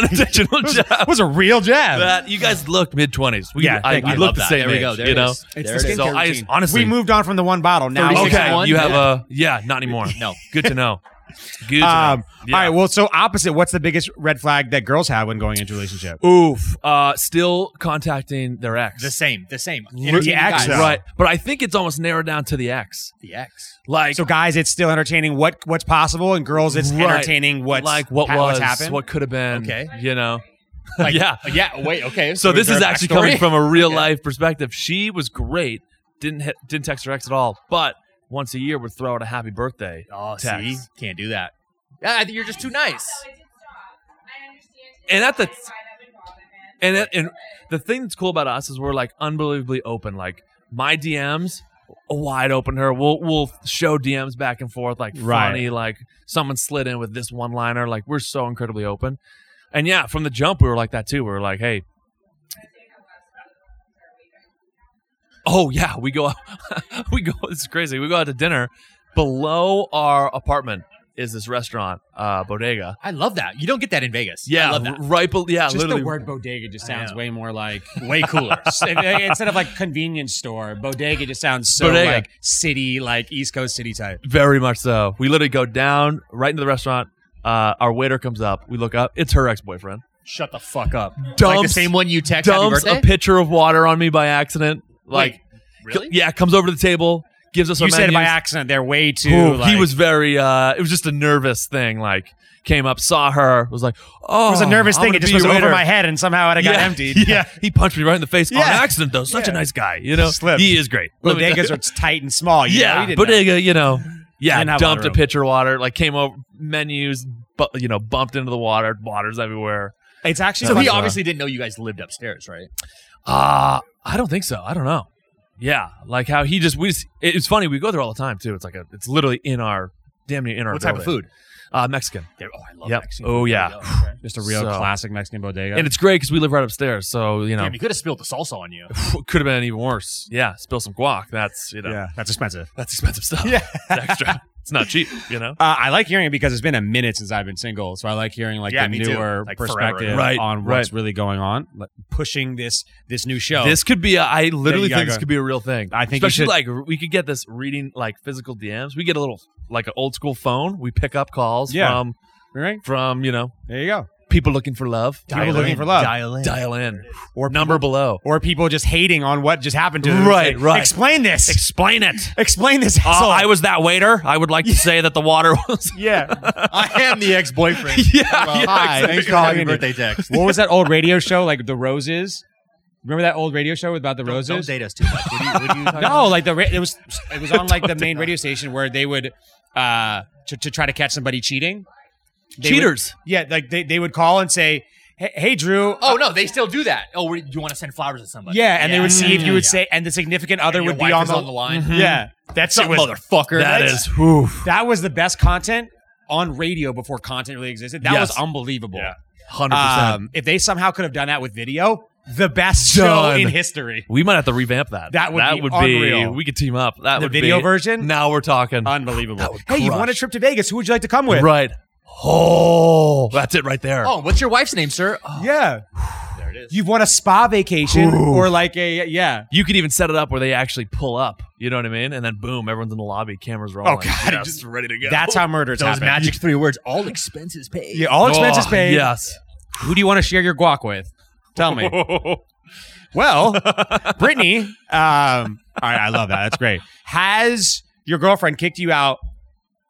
A: Unintentional jab.
C: was a real jab.
A: That you guys look mid twenties.
C: Yeah,
A: I,
C: thank
A: we
C: you.
A: look
B: Love
A: the
B: that.
A: same
B: There we
A: age,
B: go. There
A: you
B: it
A: know.
B: is. It's
A: There
B: the
A: it is. so
B: skincare
A: I
B: routine.
A: honestly
C: we moved on from the one bottle. Now
A: Okay,
B: 36.
A: you have
B: Yeah.
A: a yeah, not anymore.
B: No.
A: good to know. Good to
C: Um,
A: know. Yeah.
C: All right. Well, so opposite. What's the biggest red flag that girls have when going into a relationship?
A: Oof. Uh, still contacting their ex.
B: the same. The same.
C: Look-
B: Entertaining guys.
C: X, though.
A: right, but I think it's almost narrowed down to the ex.
B: The X.
A: Like
C: So, guys, it's still entertaining what what's possible, and girls, it's
A: Right.
C: entertaining what's
A: like what
C: ha-
A: was
C: what's happened.
A: what could have been.
B: Okay.
A: you know.
B: Like,
A: yeah,
B: Uh, Yeah. Wait. Okay.
A: So this
B: there
A: is
B: a
A: actually
B: backstory?
A: coming from a real
B: Okay.
A: life perspective. She was great. Didn't hit, didn't text her ex at all, but once a year would throw out a happy birthday.
B: Oh,
A: text.
B: see, can't do that. Yeah, I think you're just too nice.
E: So it did stop. I understand.
A: And at the-
E: why that would bother him.
A: And it, and the thing that's cool about us is we're like unbelievably open. Like my DMs wide open to her. We'll we'll show DMs back and forth like
C: Right.
A: funny like someone slid in with this one liner. Like we're so incredibly open. And yeah, from the jump we were like that too. We were like, hey, Oh yeah, we go we go it's crazy. We go out to dinner. Below our apartment is this restaurant, uh bodega.
B: I love that. You don't get that in Vegas. I
A: Yeah,
B: love that.
A: r- right bel yeah,
C: Just
A: literally
C: the word bodega just sounds
B: know.
C: way more like uh,
B: Way cooler.
C: instead of like convenience store. Bodega just sounds so
A: Bodega.
C: like city, like East Coast city type.
A: very much so. We literally go down right into the restaurant. Uh, our waiter comes up. We look up. It's her ex-boyfriend.
B: Shut the fuck up. like the
A: Dumps-
B: same one you text happy
A: Dumps
B: birthday?
A: a pitcher of water on me by accident. Like,
B: Wait, really?
A: yeah, comes over to the table, gives us our
C: you said it by
A: menus.
C: accident. They're way too.
A: Ooh,
C: like,
A: he was very. Uh, it was just a nervous thing. Like, came up, saw her, was like, "Oh,
C: It was a nervous
A: I'm
C: thing.
A: gonna
C: It just
A: be
C: was
A: your
C: over
A: waiter.
C: my head, and somehow it got
A: yeah,
C: emptied.
A: Yeah. he punched me right in the face on
C: Yeah.
A: accident, though. Such a nice guy, you know.
C: Slipped.
A: He is great. Let me tell
C: Bodegas
A: you.
C: are tight and small. Oh, You know?
A: yeah,
C: You didn't know.
A: bodega, you know.
C: Didn't
A: Yeah,
C: have a lot of
A: dumped a
C: room.
A: pitcher of water, like came over menus, bu- you know, bumped into the water, waters everywhere.
C: It's actually
B: So
C: fun
B: he
C: to-
B: obviously didn't know you guys lived upstairs, right?
A: Uh I don't think so. I don't know. Yeah, like how he just we just, it- it's funny. We go there all the time too. It's like a it's literally in our damn near in our
D: What type of food?
A: building. Uh, Mexican.
B: They're- oh, I love
A: Yep.
B: Mexican.
A: Oh,
B: food.
A: yeah.
B: There you go. Okay.
C: Just a real
A: So-
C: classic Mexican bodega.
A: And it's great because we live right upstairs. So, you know,
B: Damn, you could have spilled the salsa on you.
A: could have been even worse. Yeah, spill some guac. That's, you know,
C: yeah, that's expensive.
A: that's expensive stuff.
C: Yeah.
A: It's extra. It's not cheap, you know?
C: Uh, I like hearing it because it's been a minute since I've been single, so I like hearing like
D: Yeah,
C: the
D: me too.
C: newer
D: Like, forever.
C: perspective
A: Right,
C: on what's really going on, like, pushing this this new show.
A: This could be. A, I literally
C: gotta
A: think this
C: go.
A: could be a real thing.
C: I think you
A: especially
C: should-
A: like r- we could get this reading like physical DMs. We get a little like an old school phone. We pick up calls
C: Yeah.
A: from
C: right?
A: from you know
C: There you go.
A: people looking for love.
C: People looking for love.
B: Dial in.
A: Dial in
C: Or
A: number below.
C: or people just hating on what just happened to them.
A: Right,
C: Say,
A: right.
C: Explain this.
A: Explain it.
C: Explain this.
A: Uh,
C: asshole."
A: I was that waiter. I would like to say that the water was.
C: yeah.
D: I am the ex-boyfriend.
A: yeah, yeah,
D: Hi,
A: exactly.
D: thanks for happy birthday text.
C: what was that old radio show like the roses? Remember that old radio show about the
D: Don't,
C: roses?
D: don't date us too much. Would you, would you
C: No, like the ra- it was it was on like the main radio station where they would uh to, to try to catch somebody cheating. They would-
A: Cheaters.
C: yeah, like they, they would call and say, "Hey, hey Drew."
B: Oh no, they still do that. Oh, we- you want to send flowers to somebody?
C: yeah, and they would see if you would
B: yeah.
C: say, and the significant other
B: And your
C: would
B: wife
C: be on
B: is
C: the,
B: line.
C: Yeah, that shit was
B: motherfucker.
A: That
B: That's-
A: is. whew.
C: that was the best content on radio before content really existed. That
A: Yes.
C: was unbelievable.
A: Yeah. Hundred percent.
C: Um, if they somehow could have done that with video, the best
A: Done.
C: show in history.
A: We might have to revamp that.
C: That would be unreal.
A: We could team up. That
C: The
A: would
C: video
A: be-
C: version?
A: Now we're talking. That
C: Unbelievable.
A: would
C: Hey, you
A: crush.
C: want a trip to Vegas? Who would you like to come with?
A: Right. Oh, that's it right there.
B: Oh, what's your wife's name, sir? Oh,
C: Yeah.
B: there it is.
C: You've won a spa vacation or like a yeah.
A: You could even set it up where they actually pull up. You know what I mean? And then boom, everyone's in the lobby, cameras rolling.
C: Oh, God,
A: Yes, ready to go.
C: That's how murders
D: Those
C: happen.
D: magic three words.
B: All expenses paid.
C: yeah, all expenses
A: Oh,
C: paid.
A: Yes.
C: Who do you want to share your guac with? Tell me. well, Brittany. Um, all right, I love that. That's great. Has your girlfriend kicked you out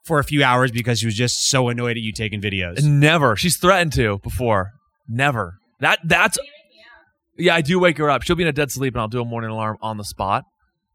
C: for a few hours because she was just so annoyed at you taking videos?
A: Never. She's threatened to before. Never. That that's yeah. I do wake her up. She'll be in a dead sleep, and I'll do a morning alarm on the spot.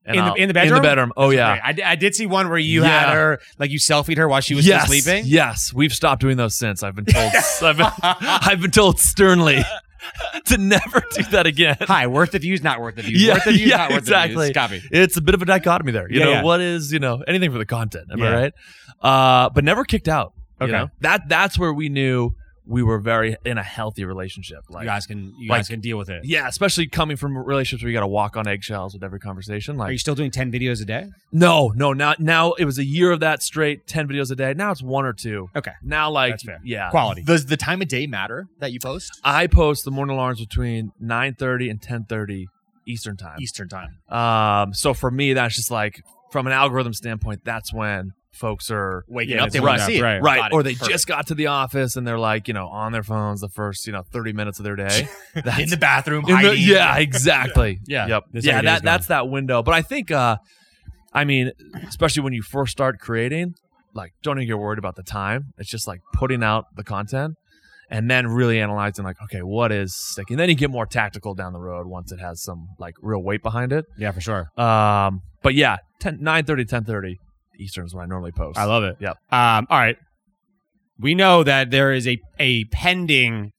A: And
C: In the-
A: I'll-
C: in the
A: In
C: bedroom?
A: the bedroom. Oh yeah.
C: Right. I, di- I did see one where you
A: Yeah.
C: had her like you selfied her while she was still
A: yes,
C: sleeping.
A: Yes, we've stopped doing those since. I've been told. I've, been, I've been told sternly to never do that again.
C: Hi, worth the views, not worth the views.
A: Yeah,
C: worth the views,
A: yeah,
C: not worth the
A: exactly.
C: views. Copy.
A: It's a bit of a dichotomy there. You
C: Yeah,
A: know,
C: yeah.
A: what is, you know, anything for the content, am
C: Yeah.
A: I right? Uh, but never kicked out. you
C: Okay.
A: know? That that's where we knew we were very in a healthy relationship. Like
C: you guys can you
A: like-
C: guys can deal with it.
A: yeah, especially coming from relationships where you got to walk on eggshells with every conversation.
C: Are
A: Like,
C: you still doing ten videos a day?
A: no, no, not now. It was a year of that straight, ten videos a day. Now it's one or two.
C: Okay.
A: Now, like,
C: That's fair.
A: yeah,
C: Quality.
B: Does the time of day matter that you post?
A: I post the morning alarms between nine thirty and ten thirty Eastern time.
B: Eastern time.
A: Um, so for me, that's just like from an algorithm standpoint, that's when folks are
B: Waking
C: Yeah,
B: up, they
A: that's
B: want to
A: right,
B: see it.
C: right.
A: right
B: Got it.
A: or they
B: Perfect.
A: just got to the office and they're like you know on their phones the first you know 30 minutes of their day That's-
D: In the bathroom,
A: in the-
D: hiding.
A: yeah exactly
C: Yeah.
A: yep
C: This
A: yeah
C: idea is
A: that, that's that window but i think uh i mean especially when you first start creating like don't even get worried about the time it's just like putting out the content and then really analyzing like okay what is sticking then you get more tactical down the road once it has some like real weight behind it
C: Yeah, for sure.
A: um, but yeah, 10, 9.30, 10.30 Eastern is when I normally post.
C: I love it.
A: Yep.
C: Um, all right. We know that there is a a pending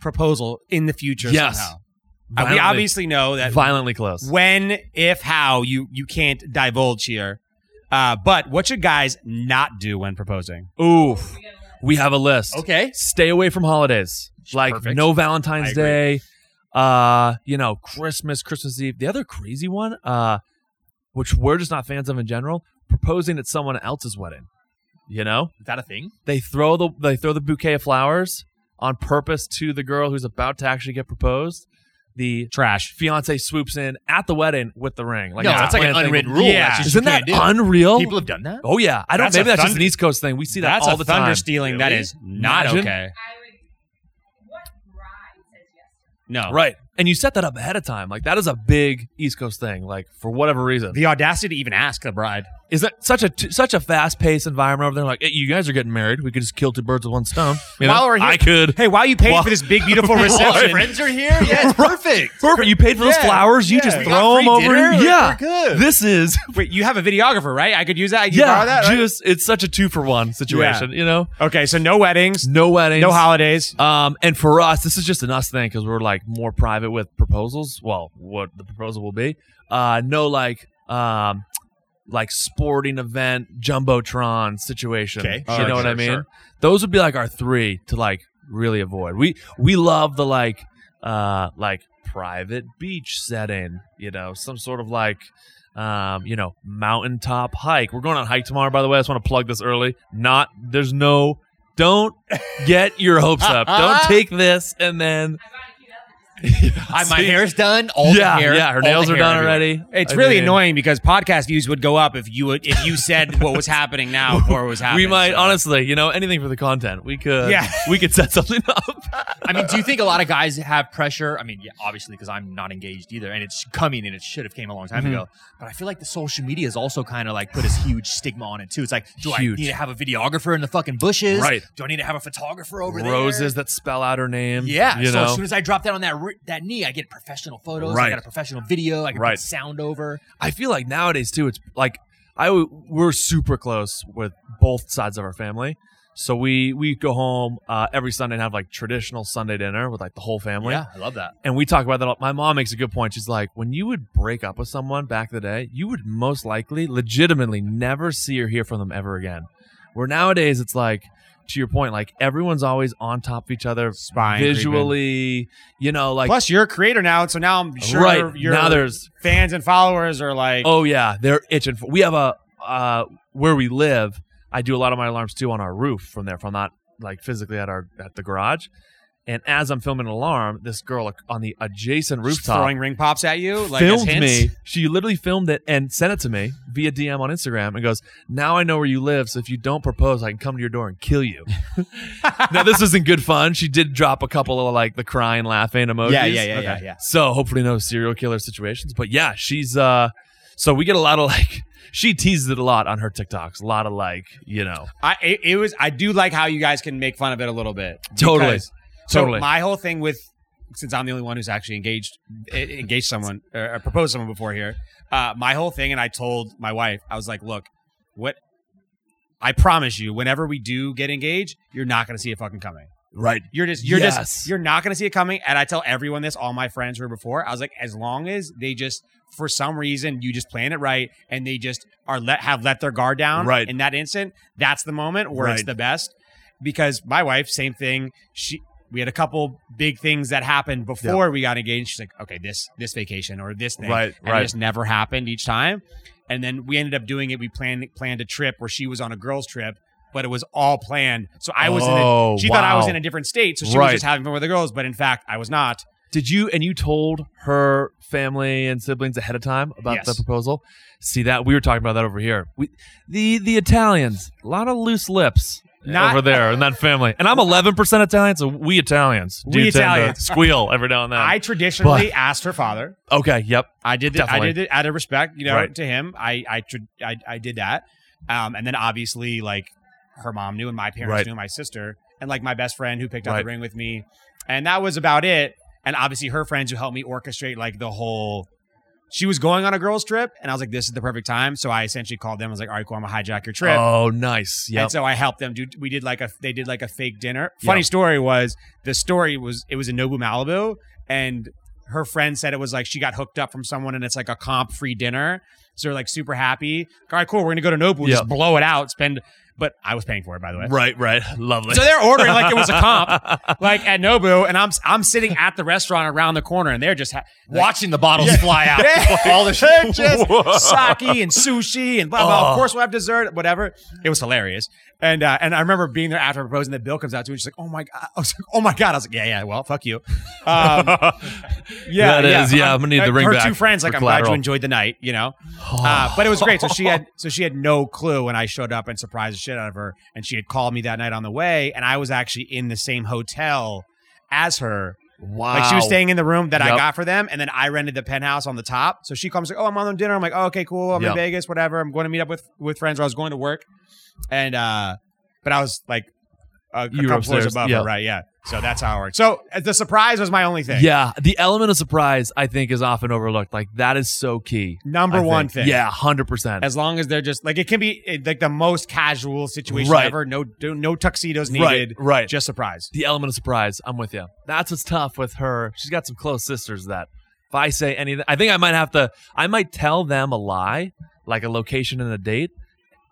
C: proposal in the future
A: Yes.
C: somehow. Uh,
A: Violently,
C: we obviously know that
A: violently close.
C: when, if, how you you can't divulge here. Uh, but what should guys not do when proposing?
A: Oof. We have a list.
B: Okay.
A: Stay away from holidays. Like
B: Perfect.
A: no
B: I
A: Valentine's
B: agree.
A: Day. Uh, you know, Christmas, Christmas Eve. The other crazy one, uh, which we're just not fans of in general, proposing at someone else's wedding. You know?
B: Is that a thing?
A: they throw the they throw the bouquet of flowers on purpose to the girl who's about to actually get proposed. The trash fiance swoops in at the wedding with the ring. Like
B: no,
A: it's
B: that's like an unwritten rule.
C: Yeah.
B: That's just
A: Isn't
B: you
A: that
B: can't do.
A: unreal?
B: People have done that.
A: oh yeah, I don't.
C: That's
A: maybe
C: a
A: that's just
C: thunder-
A: an East Coast thing. We see that
C: That's
A: all
C: a
A: the
C: thunder
A: time.
C: stealing. That
B: Really?
C: is not
A: Imagine.
C: okay.
E: I would. What bride says yes? to
C: No,
A: Right, and you set that up ahead of time. Like that is a big East Coast thing. Like for whatever reason,
C: The audacity to even ask the bride.
A: is that such a t- such a fast paced environment over there? Like hey, you guys are getting married, we could just kill two birds with one stone. You know?
C: While we're here-
A: I could.
C: Hey, why are you paying
A: Well-
C: for this big, beautiful
D: Our
C: reception?
D: friends are here. Yeah, it's perfect.
A: Perfect. You paid for those
C: Yeah,
A: flowers. You
C: yeah.
A: just
C: We
A: throw them over.
D: dinner,
A: here.
D: like,
A: Yeah,
D: we're good.
A: this is
C: Wait, you have a videographer, right? I could use that. I could
A: yeah,
C: borrow that. right?
A: just it's such a two for one situation. You know,
C: Okay, so no weddings,
A: no weddings,
C: no holidays.
A: Um, and for us, this is just an us thing because we're like more private with proposals. Well, what the proposal will be. Uh, no like um, like sporting event jumbotron situation.
D: Okay,
A: you
D: sure,
A: know what
D: sure,
A: I mean?
D: sure.
A: Those would be like our three to like really avoid. We we love the like uh like private beach setting, you know, some sort of like um, you know, mountaintop hike. We're going on a hike tomorrow, by the way. I just want to plug this early. Not there's no don't get your hopes up. Don't take this and then
E: I brought it queued up.
B: I, my
A: See?
B: hair's done. All
A: yeah,
B: the hair.
A: yeah, her
B: all the
A: nails are
B: hair
A: done
B: everywhere.
A: already.
C: It's
A: I
C: really
A: mean,
C: annoying because podcast views would go up if you would if you said what was happening now before it was
A: We
C: happening.
A: might
C: so.
A: honestly, you know, anything for the content. We could,
C: Yeah.
A: we could set something up.
B: I mean, do you think a lot of guys have pressure? I mean, yeah, obviously, because I'm not engaged either, and it's coming, and it should have came a long time ago. But I feel like the social media is also kind of like put this huge stigma on it too. It's like, do
A: Huge.
B: I need to have a videographer in the fucking bushes?
A: Right.
B: Do I need to have a photographer over there?
A: Roses that spell out her name.
B: Yeah.
A: you
B: so
A: know,
B: as soon as I drop that on that ri- that knee, I get professional photos.
A: Right.
B: I got a professional video. I can
A: Right.
B: put sound over.
A: I feel like nowadays too, it's like I w- we're super close with both sides of our family. So we we go home uh, every Sunday and have like traditional Sunday dinner with like the whole family.
B: yeah, I love that.
A: and we talk about that. all- My mom makes a good point. She's like, when you would break up with someone back in the day, you would most likely, legitimately, never see or hear from them ever again. Where nowadays, it's like, to your point, like everyone's always on top of each other
C: Spine creeping.
A: visually. You know, like
C: Plus, you're a creator now, so now I'm sure
A: right
C: your
A: now, there's
C: fans and followers are like,
A: oh yeah, they're itching for. We have a uh, where we live. I do a lot of my alarms too on our roof from there. If I'm not like physically at our at the garage, and as I'm filming an alarm, this girl on the adjacent
C: just
A: rooftop
C: throwing ring pops at you. Like, as
A: filmed
C: hints.
A: me. She literally filmed it and sent it to me via DM on Instagram and goes, Now I know where you live, so if you don't propose, I can come to your door and kill you. now, this isn't good fun. She did drop a couple of like the crying, laughing emojis.
B: Yeah, yeah, yeah, yeah, yeah.
A: So hopefully no serial killer situations. But yeah, she's, uh, so we get a lot of like, she teases it a lot on her TikToks. A lot of like, you know,
C: I it, it was I do like how you guys can make fun of it a little bit.
A: Totally.
C: Because- so
A: Totally.
C: my whole thing with since I'm the only one who's actually engaged eh, engaged someone or, or proposed someone before here. Uh, my whole thing, and I told my wife, I was like, look, what. I promise you, whenever we do get engaged, you're not going to see it fucking coming.
A: right.
C: You're just, you're
A: Yes.
C: just, you're not going to see it coming. And I tell everyone this, all my friends were before. I was like, as long as they just, for some reason, you just plan it right, and they just are let have let their guard down.
A: Right.
C: In that instant, that's the moment where it's
A: Right.
C: the best. Because my wife, same thing. She, we had a couple big things that happened before we got engaged. She's like, okay, this this vacation or this thing,
A: Right,
C: and
A: right.
C: It just never happened each time. And then we ended up doing it. We planned planned a trip where she was on a girls' trip, but it was all planned. So I was in a
A: Oh,
C: she thought I was
A: wow.
C: in a different state, so she
A: Right.
C: was just having fun with the girls. But in fact, I was not.
A: Did you and you told her family and siblings ahead of time about
C: Yes.
A: the proposal? See that we were talking about that over here. We the the Italians, a lot of loose lips
C: Not-
A: over there in that family. And I'm 11 percent Italian, so we Italians do
C: We
A: tend to
C: Italians.
A: squeal every now and then.
C: I traditionally asked her father.
A: okay, yep,
C: I did. The, I
A: Definitely.
C: did it out of respect, you know,
A: Right.
C: to him. I I, tr- I I did that, um, and then obviously like her mom knew, and my parents
A: Right.
C: knew, my sister, and like my best friend who picked out
A: Right.
C: the ring with me, and that was about it. And obviously her friends who helped me orchestrate like the whole. She was going on a girls trip, and I was like, "This is the perfect time." So I essentially called them. I was like, "All right, cool, I'm gonna hijack your trip."
A: Oh, nice. Yep.
C: And so I helped them do. We did like a. They did like a fake dinner. Funny
A: Yeah.
C: story was the story was it was in Nobu Malibu, and her friend said it was like she got hooked up from someone, and it's like a comp free dinner. So they're like super happy. All right, cool. We're gonna go to Nobu, and
A: Yeah.
C: just blow it out, spend. But I was paying for it, by the way.
A: Right, right. Lovely.
C: So they're ordering like it was a comp, like at Nobu, and I'm I'm sitting at the restaurant around the corner, and they're just ha-
B: Watching the bottles fly out.
C: all the shit, just sake and sushi and blah blah.
A: Oh.
C: Of course, we'll have dessert, whatever. It was hilarious, and uh, and I remember being there after proposing. That Bill comes out to me, and she's like, "Oh my god!" I was like, "Oh my god!" I was like, "Yeah, yeah, well, fuck you." Um, yeah, Uh,
A: That is, yeah, I'm gonna need the ring
C: Her
A: back
C: two friends, like,
A: for
C: I'm glad
A: collateral." Oh.
C: you enjoyed the night, you know. Uh, but it was great. So she had, so she had no clue when I showed up and surprised the shit out of her. And she had called me that night on the way, and I was actually in the same hotel as her
A: wow.
C: like she was staying in the room that I
A: Yep.
C: got for them, and then I rented the penthouse on the top. So she comes like, "Oh, I'm on dinner." I'm like, "Oh, okay, cool. I'm
A: Yep.
C: in Vegas, whatever. I'm going to meet up with with friends." Or I was going to work, and uh, but I was like a, a
A: You were
C: couple floors
A: upstairs,
C: above
A: yeah.
C: her, right? Yeah. So that's how it worked. So uh, the surprise was my only thing.
A: Yeah, the element of surprise I think is often overlooked. Like that is so key.
C: Number
A: I
C: one
A: think.
C: thing.
A: Yeah, hundred percent.
C: As long as they're just like it can be uh, like the most casual situation
A: Right.
C: ever. No, no tuxedos
A: Right,
C: needed.
A: right.
C: Just surprise.
A: the element of surprise. I'm with you. That's what's tough with her. She's got some close sisters that if I say anything, I think I might have to. I might tell them a lie. like a location and a date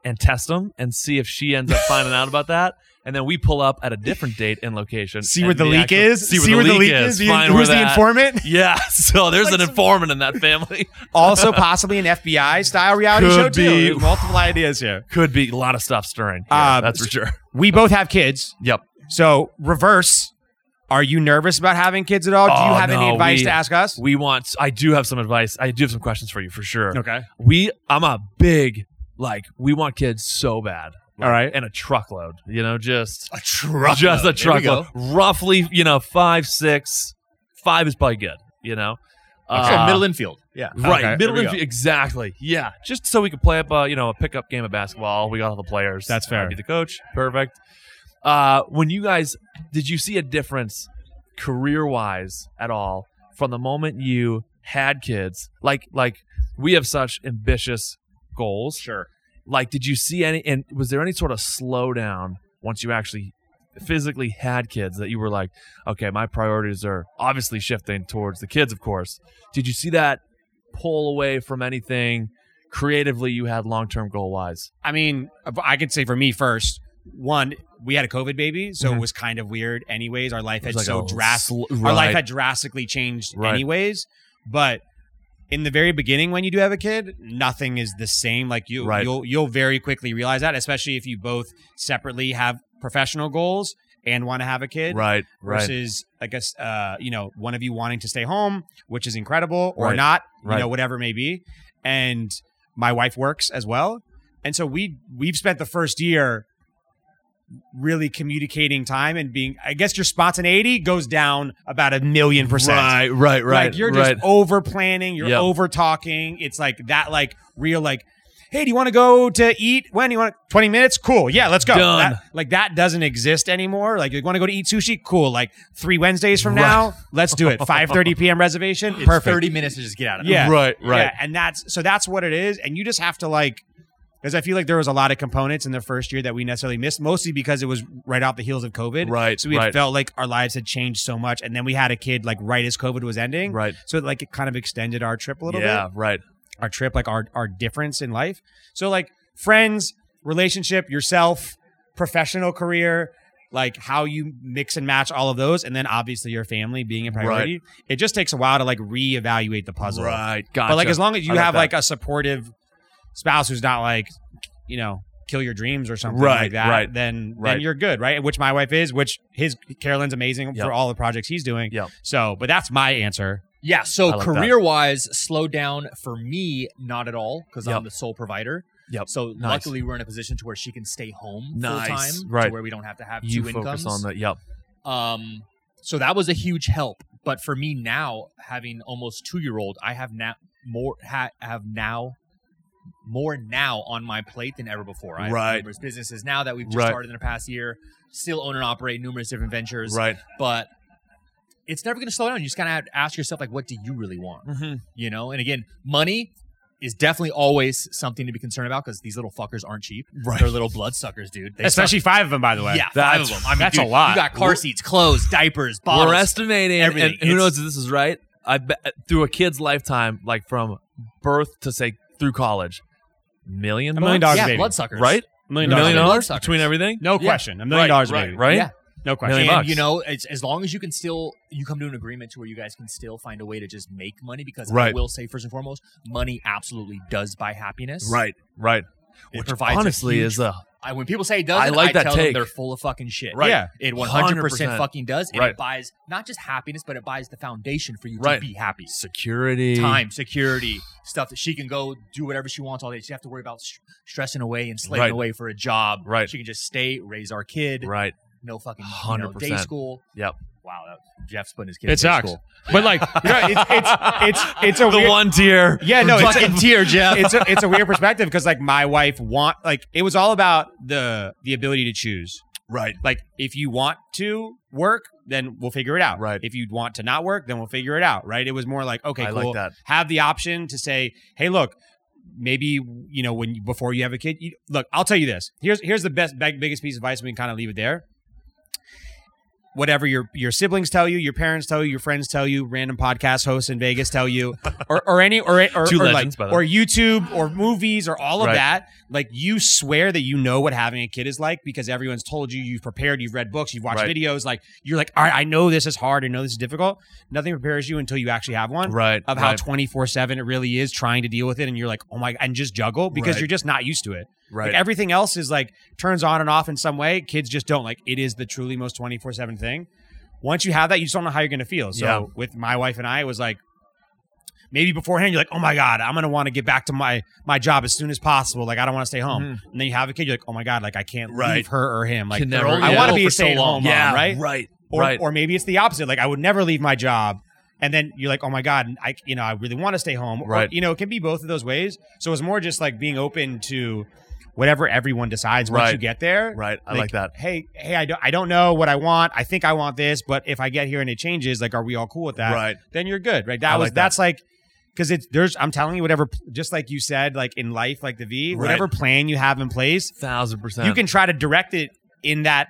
A: and test them and see if she ends up finding out about that. And then we pull up at a different date and location.
C: See
A: and
C: where the, leak
A: actual-
C: is.
A: See where, the, leak, is. Find where
C: Who's the
A: that-
C: informant?
A: Yeah, so there's an informant in that family.
C: also, possibly an FBI style reality
A: Could
C: show too.
A: be.
C: There's multiple ideas here.
A: Could be a lot of stuff stirring.
C: Uh,
A: Yeah, that's for sure.
C: We both have kids,
A: Yep.
C: so reverse. Are you nervous about having kids at all? Do you
A: Oh,
C: have any
A: no,
C: advice
A: we-
C: to ask us?
A: We want. I do have some advice. I do have some questions for you for sure.
C: Okay.
A: We. I'm a big like. We want kids so bad. Like,
C: All right.
A: And a truckload. You know, just
D: A truck.
A: just a
D: There we go.
A: truckload. Roughly, you know, five, six, five is probably good. You know.
D: Okay,
A: Uh,
D: middle infield. Yeah.
A: Right,
C: Okay,
A: middle
D: there we
A: infield.
D: go.
A: Exactly. Yeah, just so we could play up, uh, you know, a pickup game of basketball. We got all the players.
C: That's fair.
A: I'd be the coach. Perfect. Uh, when you guys, did you see a difference career-wise at all from the moment you had kids? Like, like we have such ambitious goals. Sure. Like, did you see any? And was there any sort of slowdown once you actually physically had kids that you were like, okay, my priorities are obviously shifting towards the kids, of course. Did you see that pull away from anything creatively you had long term goal wise?
C: I mean, I could say for me first. One, we had a COVID baby, so
A: Mm-hmm.
C: it was kind of weird. Anyways, our life had so drastic. Our life had drastically changed,
A: Right.
C: anyways. But in the very beginning, when you do have a kid, nothing is the same. Like you,
A: Right.
C: you'll you'll very quickly realize that, especially if you both separately have professional goals and want to have a kid
A: right, right,
C: versus like a s- uh, you know one of you wanting to stay home, which is incredible, or
A: Right.
C: not, you
A: Right.
C: know whatever it may be. And my wife works as well, and so we we've spent the first year really communicating time and being. I guess your spontaneity goes down about a million percent.
A: right, right, right.
C: Like you're
A: right.
C: just over planning, you're
A: Yep.
C: over talking. It's like that, like real, like, hey, do you want to go to eat? When do you want twenty minutes? Cool, yeah, let's go.
A: Done.
C: That- like that doesn't exist anymore. Like you want to go to eat sushi? Cool. Like three Wednesdays from
A: Right.
C: now, let's do it. Five thirty p.m. reservation. Perfect.
B: Thirty minutes to just get out of it.
C: yeah,
A: right, right.
C: Yeah, and that's so that's what it is, and you just have to like. Because I feel like there was a lot of components in the first year that we necessarily missed, mostly because it was right off the heels of COVID.
A: Right,
C: So we
A: right.
C: felt like our lives had changed so much, and then we had a kid like right as COVID was ending.
A: Right.
C: So like it kind of extended our trip a little
A: yeah,
C: bit.
A: right.
C: Our trip, like our our difference in life. So like friends, relationship, yourself, professional career, like how you mix and match all of those, and then obviously your family being a priority. It just takes a while to like reevaluate the puzzle.
A: Right. Gotcha.
C: But like as long as you
A: I like
C: have
A: that.
C: like a supportive spouse who's not like, you know, kill your dreams or something like
A: Right,
C: that,
A: right,
C: then then
A: right.
C: you're good, right? Which my wife is, which his Carolyn's amazing
A: Yep.
C: for all the projects he's doing.
A: Yep.
C: So, but that's my answer.
B: Yeah, so
A: I like that.
B: career wise, slow down for me, not at all, because I'm
A: Yep.
B: the sole provider.
A: Yep.
B: So
A: Nice.
B: luckily, we're in a position to where she can stay home
A: Nice.
B: full time,
A: Right.
B: To where we don't have to have
A: you
B: two
A: focus
B: incomes.
A: on that. Yep.
B: Um, so that was a huge help. But for me now, having almost two year old, I have now more ha- have now more now on my plate than ever before. I have
A: Right.
B: numerous businesses now that we've just
A: Right.
B: started in the past year. Still own and operate numerous different ventures,
A: Right.
B: but it's never going to slow down. You just kind of have to ask yourself, like, what do you really want?
A: Mm-hmm.
B: you know and again money is definitely always something to be concerned about because these little fuckers aren't cheap
A: Right.
B: they're little bloodsuckers dude they
C: Especially five of them, by the way.
B: suck. yeah five of
A: That's-
B: them i mean
C: that's
B: dude,
C: a lot.
B: you got car seats clothes diapers bottles
A: We're estimating, and
B: everything.
A: who
B: It's-
A: knows if this is right? I bet through a kid's lifetime, like from birth to say through college, million,
C: A million
A: bucks?
C: dollars,
B: yeah
C: baby.
B: bloodsuckers
A: right?
C: Million
A: million
B: Million
A: dollars
B: bucks.
A: between everything.
C: No
B: Yeah.
C: question. A million dollars,
A: right,
C: maybe.
A: right?
B: Yeah.
C: No question.
A: Million
B: and
A: bucks.
B: you know it's, as long as you can still you come to an agreement to where you guys can still find a way to just make money because I
A: Right.
B: will say first and foremost money absolutely does buy happiness
A: Right, right.
B: It
A: Which
B: provides a
A: honestly
B: huge-
A: is uh, a
B: I, when people say it doesn't,
A: I like that
B: tell them
A: take.
B: they're full of fucking shit.
A: Right.
C: Yeah.
B: It 100%,
A: 100%.
B: fucking does. And
A: Right.
B: it buys not just happiness, but it buys the foundation for you
A: Right.
B: to be happy.
A: security
B: Time, security, stuff that she can go do whatever she wants all day. She doesn't have to worry about st- stressing away and slaving
A: Right.
B: away for a job.
A: Right.
B: She can just stay, raise our kid.
A: Right,
B: No fucking you know, day
A: 100%.
B: school.
A: Yep.
B: Wow. That, Jeff's putting his kid in
C: It
B: day
C: sucks.
B: school.
C: But like, you know, it's, it's it's it's a
A: the
C: weird,
A: one tier.
C: Yeah, no, it's,
D: Fucking tear, Jeff.
C: it's a it's a weird perspective because like my wife want like it was all about the the ability to choose.
A: Right,
C: Like if you want to work, then we'll figure it out.
A: Right.
C: If you want to not work, then we'll figure it out. Right. It was more like okay,
A: I
C: cool.
A: like that.
C: Have the option to say, hey, look, maybe you know when you, before you have a kid, you, look, I'll tell you this. Here's here's the best big, biggest piece of advice. We can kind of leave it there. whatever your your siblings tell you, your parents tell you, your friends tell you, random podcast hosts in Vegas tell you, or, or any or or,
A: Two
C: or
A: legends, by
C: like
A: the way.
C: or YouTube or movies or all of
A: Right.
C: that. Like you swear that you know what having a kid is like because everyone's told you, you've prepared, you've read books, you've watched
A: Right.
C: videos. Like you're like, all right, I know this is hard, I know this is difficult. Nothing prepares you until you actually have one
A: Right.
C: of how
A: right,
C: twenty four seven it really is trying to deal with it, and you're like, oh my, and just juggle because
A: Right.
C: you're just not used to it.
A: right.
C: Like everything else is like turns on and off in some way. Kids just don't like it is the truly most 24 7 thing. Once you have that, you just don't know how you're going to feel. So
A: Yeah.
C: with my wife and I, it was like, maybe beforehand, you're like, oh my God, I'm going to want to get back to my, my job as soon as possible. Like, I don't want to stay home. And then you have a kid, you're like, oh my God, like I can't
A: Mm-hmm. Right.
C: leave her or him. Like,
A: Can
B: they're
A: never-
B: only
C: I
A: yeah.
C: want to
B: Oh,
C: be
B: for
C: a
B: so
C: stay at home
B: long.
C: mom,
A: yeah,
C: right?
A: Right.
C: or,
A: right.
C: or maybe it's the opposite. Like I would never leave my job, and then you're like, oh my god, I you know I really want to stay home. Or,
A: Right.
C: you know, it can be both of those ways. So it's more just like being open to whatever everyone decides once
A: Right.
C: you get there.
A: right. I like that.
C: Hey, hey, I don't, I don't know what I want. I think I want this, but if I get here and it changes, like, are we all cool with that?
A: Right.
C: Then you're good, right? That
A: I
C: was
A: like that.
C: that's like because it's there's I'm telling you whatever just like you said like in life like the V
A: Right.
C: whatever plan you have in place
A: Thousand percent.
C: you can try to direct it in that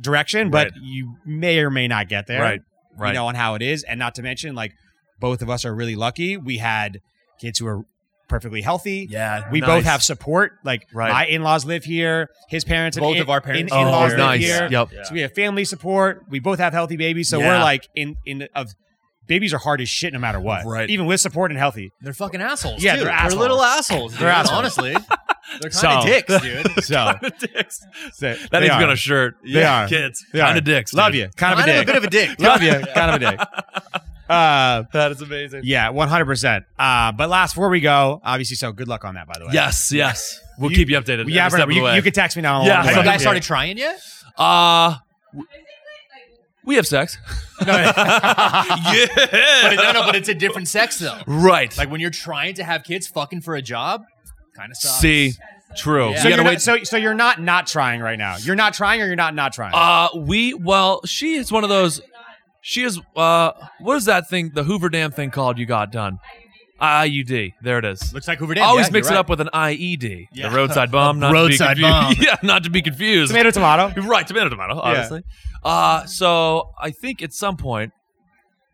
C: direction, but
A: Right.
C: you may or may not get there.
A: Right. Right.
C: You know, on how it is. And not to mention, like, both of us are really lucky. We had kids who are perfectly healthy.
A: yeah.
C: We both
A: nice.
C: have support. Like,
A: Right.
C: my in laws live here. His parents and
B: Both
C: in-
B: of our parents
C: in-
A: Oh,
C: in-laws
B: are
C: live
A: nice.
C: here.
A: Yep.
B: Yeah.
C: So we have family support. We both have healthy babies. So
A: Yeah.
C: we're like, in, in, of, babies are hard as shit no matter what.
A: Right.
C: Even with support and healthy.
B: They're fucking assholes.
C: Yeah,
B: too.
C: they're assholes.
B: little assholes. Dude,
C: They're assholes.
B: Honestly, they're kind
C: So-
B: of dicks, dude.
C: So,
A: dicks.
C: so
A: That
C: they
A: needs to
C: are.
A: be on a shirt.
C: They
A: yeah,
C: are.
A: kids.
C: They are.
A: Kind of dicks.
C: Love
A: dude.
C: you. Kind of
B: Kind
C: a
B: of a
C: dick.
B: bit of a dick.
C: Love you. Kind of a dick. Uh,
A: That is amazing.
C: Yeah, one hundred percent. Uh But last before we go, obviously, so good luck on that. By the way,
A: Yes, yes. We'll keep you updated.
C: yeah,
A: every step
C: but
A: of the
C: you,
A: way.
C: you can text me now.
A: Yeah,
C: along the
A: so
B: Have you
C: way.
B: guys started trying yet?
A: uh,
E: Basically, like,
A: we have sex.
B: But it-
A: yeah.
B: no, no, but it's a different sex though.
A: Right.
B: Like when you're trying to have kids, fucking for a job, kind of sucks.
A: See, true.
B: Yeah.
A: You
C: So
A: gotta
C: you're,
A: wait-
C: not, so so you're not not trying right now. You're not trying, or you're not not trying.
A: Uh, we well, she is one of those. She is. Uh, what is that thing? The Hoover Dam thing called? You got done. IUD. There it is.
B: looks like Hoover
A: I
B: Dam.
A: Always
B: yeah,
A: mix
B: you're
A: it
B: right.
A: up with an IED.
B: Yeah.
A: The roadside bomb. Not
B: roadside
A: to be confused.
B: bomb.
A: Yeah, not to be confused.
C: tomato, tomato.
A: Right, tomato, tomato, obviously. Uh, so I think at some point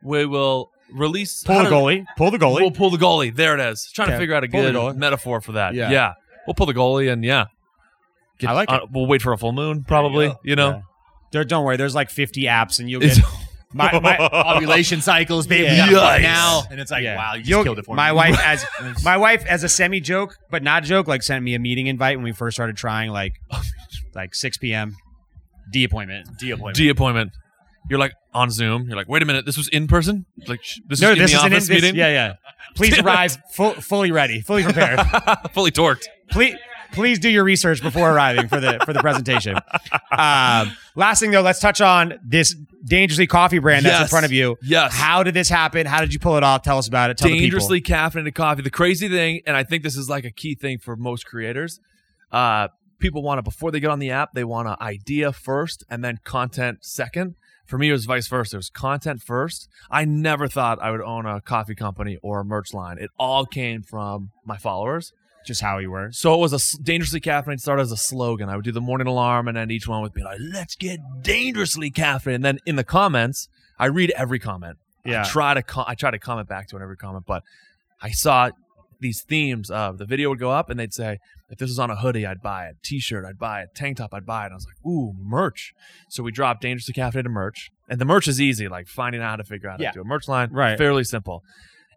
A: we will release.
C: Pull
A: how
C: the
A: do-
C: goalie. Pull the goalie.
A: We'll pull the goalie. There it is. Trying to
C: Okay,
A: figure out a
C: pull the
A: good
C: goalie.
A: metaphor for that. Yeah.
C: Yeah.
A: We'll pull the goalie and yeah. Get-
C: I like
A: uh, We'll wait for a full moon, probably. You,
B: go.
A: know,
C: There, don't worry. There's like 50 apps, and you'll get
A: It's-
C: my, my
B: Ovulation cycles, baby.
C: Yeah.
B: You gotta fuck
A: Yikes.
B: Now and it's like,
C: Yeah.
B: wow, you just
C: You'll-
B: killed it for
C: my
B: me.
C: wife as my wife as a semi joke, but not joke. Like sent me a meeting invite when we first started trying. Like like 6 p.m. D appointment.
B: D appointment.
A: D appointment. You're like on Zoom. You're like, wait a minute, this was in person. Like sh- this
C: no,
A: is
C: this
A: in
C: is
A: the
C: an
A: office
C: this-
A: meeting.
C: Yeah, yeah. Please arrive full, fully ready, fully prepared.
A: fully torqued.
C: please, please do your research before arriving for the for the presentation. Um, last thing though, let's touch on this dangerously coffee brand that's in
A: Yes.
C: front of you.
A: Yes.
C: How did this happen? How did you pull it off? Tell us about it. Tell
A: dangerously caffeinated coffee. The crazy thing, and I think this is like a key thing for most creators, uh, people want to before they get on the app, they want an idea first and then content second. For me, it was vice versa. It was content first. I never thought I would own a coffee company or a merch line. It all came from my followers.
C: people just how you were.
A: So it was a s- dangerously caffeinated started as a slogan. I would do the morning alarm and end each one with being like, "Let's get dangerously caffeinated." And then in the comments, I read every comment.
C: Yeah.
A: I try to com- I try to comment back to it in every comment, but I saw these themes of the video would go up and they'd say, if this was on a hoodie, I'd buy it. T-shirt, I'd buy it. Tank top, I'd buy it. And I was like, ooh, merch. So we dropped dangerously caffeinated merch, and the merch is easy, like finding out how to figure out
B: Yeah.
A: how to do a merch line,
C: Right.
A: Fairly simple.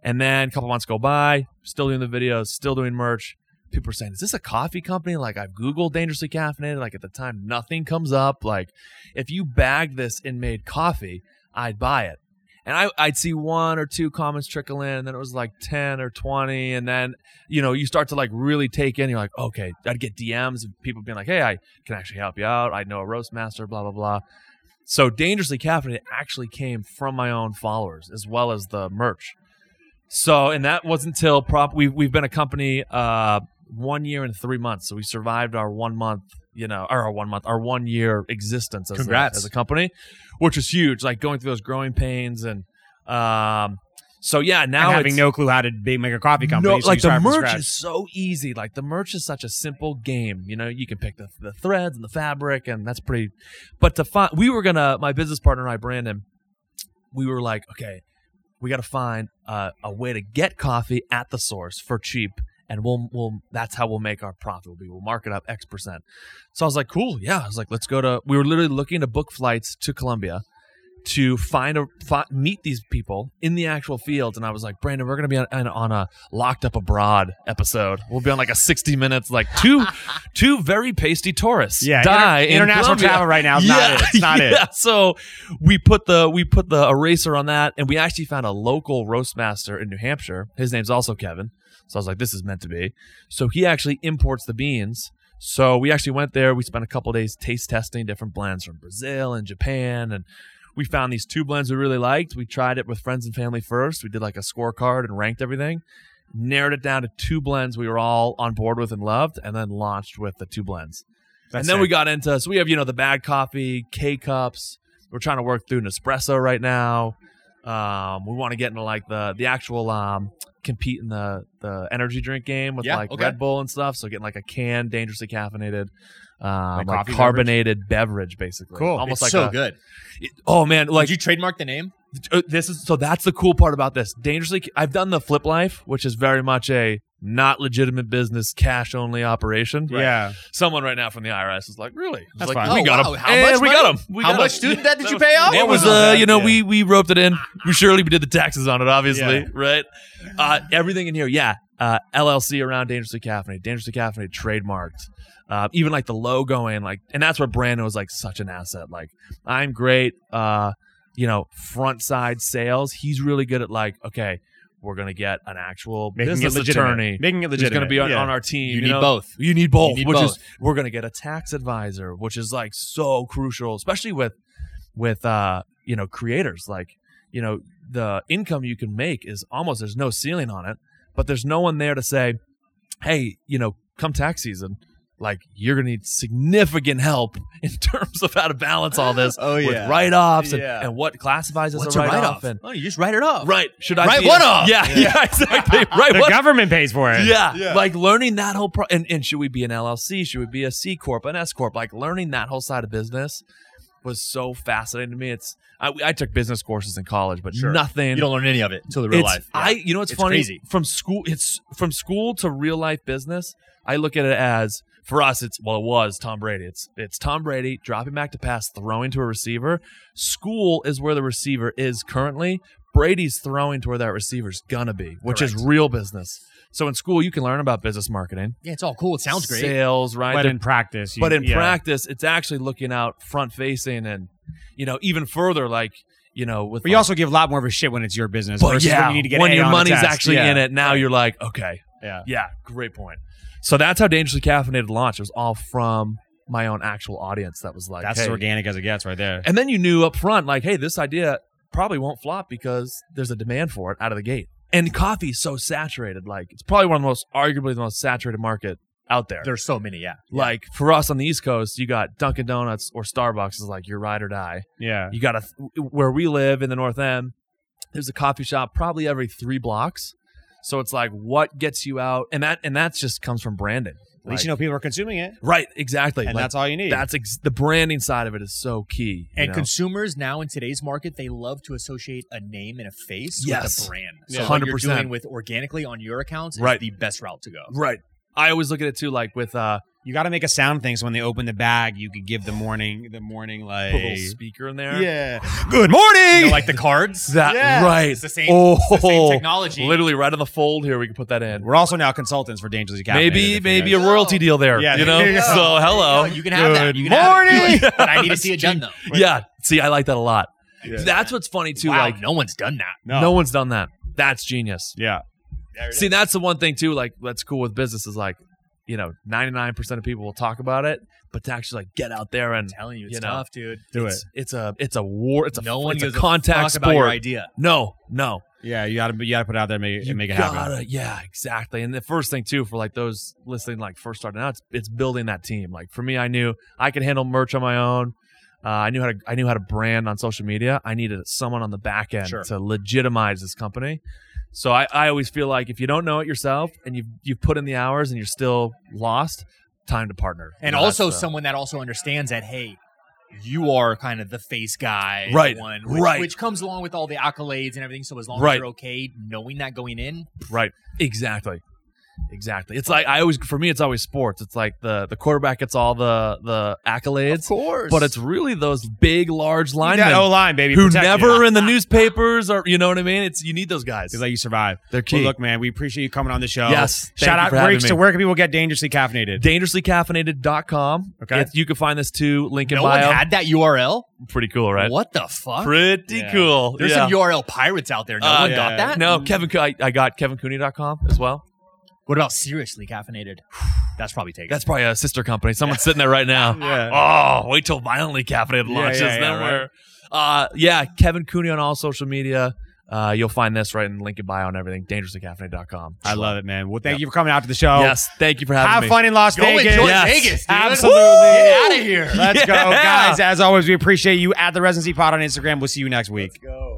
A: And then a couple months go by, still doing the videos, still doing merch. People are saying, is this a coffee company? Like I've Googled dangerously caffeinated. Like at the time, nothing comes up. Like if you bagged this and made coffee, I'd buy it. And I, I'd see one or two comments trickle in, and then it was like 10 or 20. And then, you know, you start to like really take in, you're like, okay, I'd get DMs of people being like, hey, I can actually help you out. I know a roast master, blah, blah, blah. So Dangerously Caffeinated actually came from my own followers as well as the merch. So, and that was until prop. We've, we've been a company uh, one year and three months. So we survived our one month, you know, or our one month, our one year existence as, a,
B: Congrats.
A: as a company, which was huge. Like going through those growing pains and, um, So yeah, now
C: and having
A: it's,
C: no clue how to be, make a coffee company. so you
A: like the
C: start from
A: merch
C: scratch.
A: is so easy. Like the merch is such a simple game. You know, you can pick the, the threads and the fabric, and that's pretty. But to find, we were gonna. My business partner and I, Brandon, we were like, okay, we got to find uh, a way to get coffee at the source for cheap, and we'll we'll that's how we'll make our profit. We'll, be, we'll mark it up X percent. So I was like, cool, yeah. I was like, let's go to. We were literally looking to book flights to Colombia to find a fi- meet these people in the actual fields, and I was like, Brandon, we're gonna be on, on, on a locked up abroad episode. We'll be on like a sixty minutes, like two two very pasty tourists
C: yeah, inter-
A: die in
C: international
A: Colombia
C: travel right now is not it. It's not it.
A: yeah. So we put the we put the eraser on that, and we actually found a local roast master in New Hampshire. His name's also Kevin. So I was like, this is meant to be. So he actually imports the beans. So we actually went there. We spent a couple days taste testing different blends from Brazil and Japan, and we found these two blends we really liked. We tried it with friends and family first. We did like a scorecard and ranked everything. Narrowed it down to two blends we were all on board with and loved, and then launched with the two blends
C: That's
A: and then we
C: it.
A: got into so we have you know the bad coffee, K cups. We're trying to work through Nespresso right now. Um, we want to get into like the the actual um, compete in the the energy drink game with
B: Yeah,
A: like
B: okay.
A: Red Bull and stuff. So getting like a can, dangerously caffeinated, um,
C: Like
A: like,
C: coffee
A: carbonated beverage, basically.
C: Cool.
A: almost
B: it's
A: like
B: so
A: a,
B: good.
A: it- oh man, uh, like
B: Did you trademark the name?
A: uh, this is so that's the cool part about this dangerously i've done the flip life which is very much a not legitimate business cash only operation
C: Yeah.
A: someone right now from the irs is like really It's
C: That's
A: like,
C: fine.
A: we
B: Oh,
A: got
B: wow.
A: him
B: How
A: And
B: much
A: we
B: money?
A: got him we
B: How
A: got
B: much
A: 'em.
B: student debt did you pay off?
C: Oh,
A: it was uh you know we we roped it in we surely we did the taxes on it obviously
C: Ah. Yeah.
A: right uh everything in here yeah uh llc around dangerously caffeinated dangerously caffeinated trademarked uh, even like the logo and like and that's where brandon was like such an asset like i'm great uh you know front side sales he's really good at like okay we're gonna get an actual
C: Making
A: business
C: it legitimate.
A: attorney
C: Making it
A: who's
C: legitimate.
A: gonna be on,
C: yeah.
A: on our team
B: You,
A: you,
B: need
A: know?
B: both.
A: You need both,
B: need
A: which
B: both.
A: is we're gonna get a tax advisor, which is like so crucial, especially with with uh you know creators. Like you know the income you can make is almost there's no ceiling on it, but there's no one there to say, hey, you know, come tax season, like you're gonna need significant help in terms of how to balance all this
D: Oh, yeah.
A: with write offs and,
D: Yeah.
A: and what classifies as
B: What's
A: a
B: a
A: write
B: write-off?
A: off and
B: Oh, you just write it off.
A: right should I
B: Write
A: be-
B: what off?
A: Yeah, yeah, exactly. Right
C: The
A: what
C: government pays for it.
A: yeah.
D: Yeah.
A: Like learning that whole pro- and, and should we be an LLC? Should we be a C corp, an S corp? Like learning that whole side of business was so fascinating to me. It's I, I took business courses in college, but
B: Sure.
A: nothing.
B: You don't learn any of it until the real
A: it's-
B: life. Yeah.
A: I you know what's
B: It's
A: funny
B: crazy.
A: from school. It's from school to real life business. I look at it as for us. It's well, it was Tom Brady. It's it's Tom Brady dropping back to pass, throwing to a receiver. School is where the receiver is currently. Brady's throwing to where that receiver's gonna be, which is
B: Correct.
A: real business. So in school, you can learn about business marketing,
B: yeah, it's all cool. It sounds great.
A: sales, right?
C: But
A: They're-
C: in practice, you,
A: but in
C: yeah.
A: practice, it's actually looking out front facing, and you know even further, like you know with
C: But you
A: like,
C: also give a lot more of a shit when it's your business.
A: but
C: versus
A: yeah,
C: when you need to get
A: when
C: an A
A: your
C: on the
A: money's
C: test.
A: actually
C: Yeah.
A: in it, now you're like, okay,
C: Yeah.
A: yeah, great point. So that's how dangerously caffeinated launched. It was all from my own actual audience that was like,
C: That's
A: hey.
C: as organic as it gets, right there.
A: And then you knew up front, like, hey, this idea probably won't flop because there's a demand for it out of the gate. And coffee's so saturated, like it's probably one of the most, arguably the most saturated market out there.
B: There's so many. Yeah.
A: like for us on the East Coast, you got Dunkin' Donuts or Starbucks is like your ride or die.
C: Yeah.
A: You got to where we live in the North End. There's a coffee shop probably every three blocks, so it's like what gets you out, and that and that's just comes from branding.
C: At least
A: Like-
C: you know people are consuming it,
A: right? Exactly,
C: and
A: Like,
C: that's all you need.
A: that's ex- the branding side of it is so key. you
B: And
A: know?
B: consumers now in today's market, they love to associate a name and a face with
A: Yes.
B: a brand.
A: Yeah.
B: So what you're
A: 100%.
B: doing with organically on your accounts is
A: Right.
B: the best route to go.
A: right. I always look at it too, like with uh,
C: you got to make a sound thing, so when they open the bag, you could give the morning, the morning
A: a
C: like,
A: little speaker in there.
D: Yeah.
C: good morning.
B: You know, like the cards.
A: that
D: Yeah.
A: right.
B: It's the same-
A: oh,
B: it's the same technology.
A: literally right on the fold here. We can put that in.
C: We're also now consultants for Dangerously Caffeinated.
A: Maybe
C: if you
A: maybe
C: guys-
A: a royalty deal there.
C: Yeah,
A: you
C: there
A: know.
C: you go.
A: So hello.
B: No, you can have that.
C: Good
B: You can have it.
C: morning.
B: But I need to see it done though.
A: yeah. See, I like that a lot.
D: Yeah.
A: That's what's funny too.
B: wow,
A: Like
B: no one's done that.
A: no. one's done that. That's genius.
C: Yeah.
A: See, that's the one thing too. Like that's cool with business is like, you know, ninety nine percent of people will talk about it, but to actually like get out there and
B: I'm telling you, it's
A: You know.
B: tough, dude.
C: Do
A: it's, it's a it's a war. It's a
B: no one
A: it's a
B: gives
A: contact
B: a fuck
A: sport.
B: about your idea.
A: No, no.
C: Yeah. You got to you got to put it out there and make,
A: You
C: and make it
A: gotta,
C: happen.
A: Yeah, exactly. And the first thing too for like those listening, like first starting out, it's, it's building that team. Like for me, I knew I could handle merch on my own. Uh, I knew how to I knew how to brand on social media. I needed someone on the back end
B: Sure.
A: to legitimize this company. So I, I always feel like if you don't know it yourself and you've you've put in the hours and you're still lost, time to partner.
B: and
A: You know,
B: also
A: that's, uh,
B: someone that also understands that hey you are kind of the face guy
A: Right,
B: one which,
A: right.
B: which comes along with all the accolades and everything so as long
A: Right.
B: as you're okay knowing that going in
A: Right. Exactly. Exactly. It's like I always for me it's always sports. It's like the the quarterback gets all the the accolades,
D: course.
A: but it's really those big large linemen
C: That O line, baby.
A: who
C: protect you.
A: never are in the newspapers or you know what I mean? It's you need those guys.
C: They let you survive.
A: They're
C: Well,
A: key.
C: look, man, we appreciate you coming on the show.
A: Yes, thank
C: Shout
A: you
C: out
A: for having
C: breaks
A: me.
C: to where can people get dangerously caffeinated?
A: dangerouslycaffeinated.com.
C: Okay.
A: It's- you can find this too. Link in
B: no
A: bio.
B: one had that url
A: Pretty cool, right?
B: what the fuck
A: Pretty
C: Yeah.
A: cool.
B: there's
A: yeah.
B: some url pirates out there no
A: Uh,
B: one
C: yeah.
B: got that
A: no, Kevin. Co- I, I got kevincooney.com as well.
B: what about seriously caffeinated that's probably taken
A: That's probably a sister company. Someone's sitting there right now.
C: Yeah.
A: Oh, wait till violently caffeinated
C: Yeah,
A: launches.
C: yeah, yeah,
A: then
C: right.
A: we're, uh, yeah, Kevin Cooney on all social media. Uh, you'll find this right in link in bio and everything. Dangerouslycaffeinated.com.
C: I love it, man. Well, thank you for coming out to the show.
A: Yes, thank you for having
C: Have
A: me.
C: fun in Las
B: go
C: Vegas.
B: enjoy
A: Yes.
B: vegas dude.
C: Absolutely.
B: get out of here
C: Let's go,
A: Yeah.
C: guys. As always, we appreciate you at the Residency Pod on Instagram. We'll see you next week.
D: go.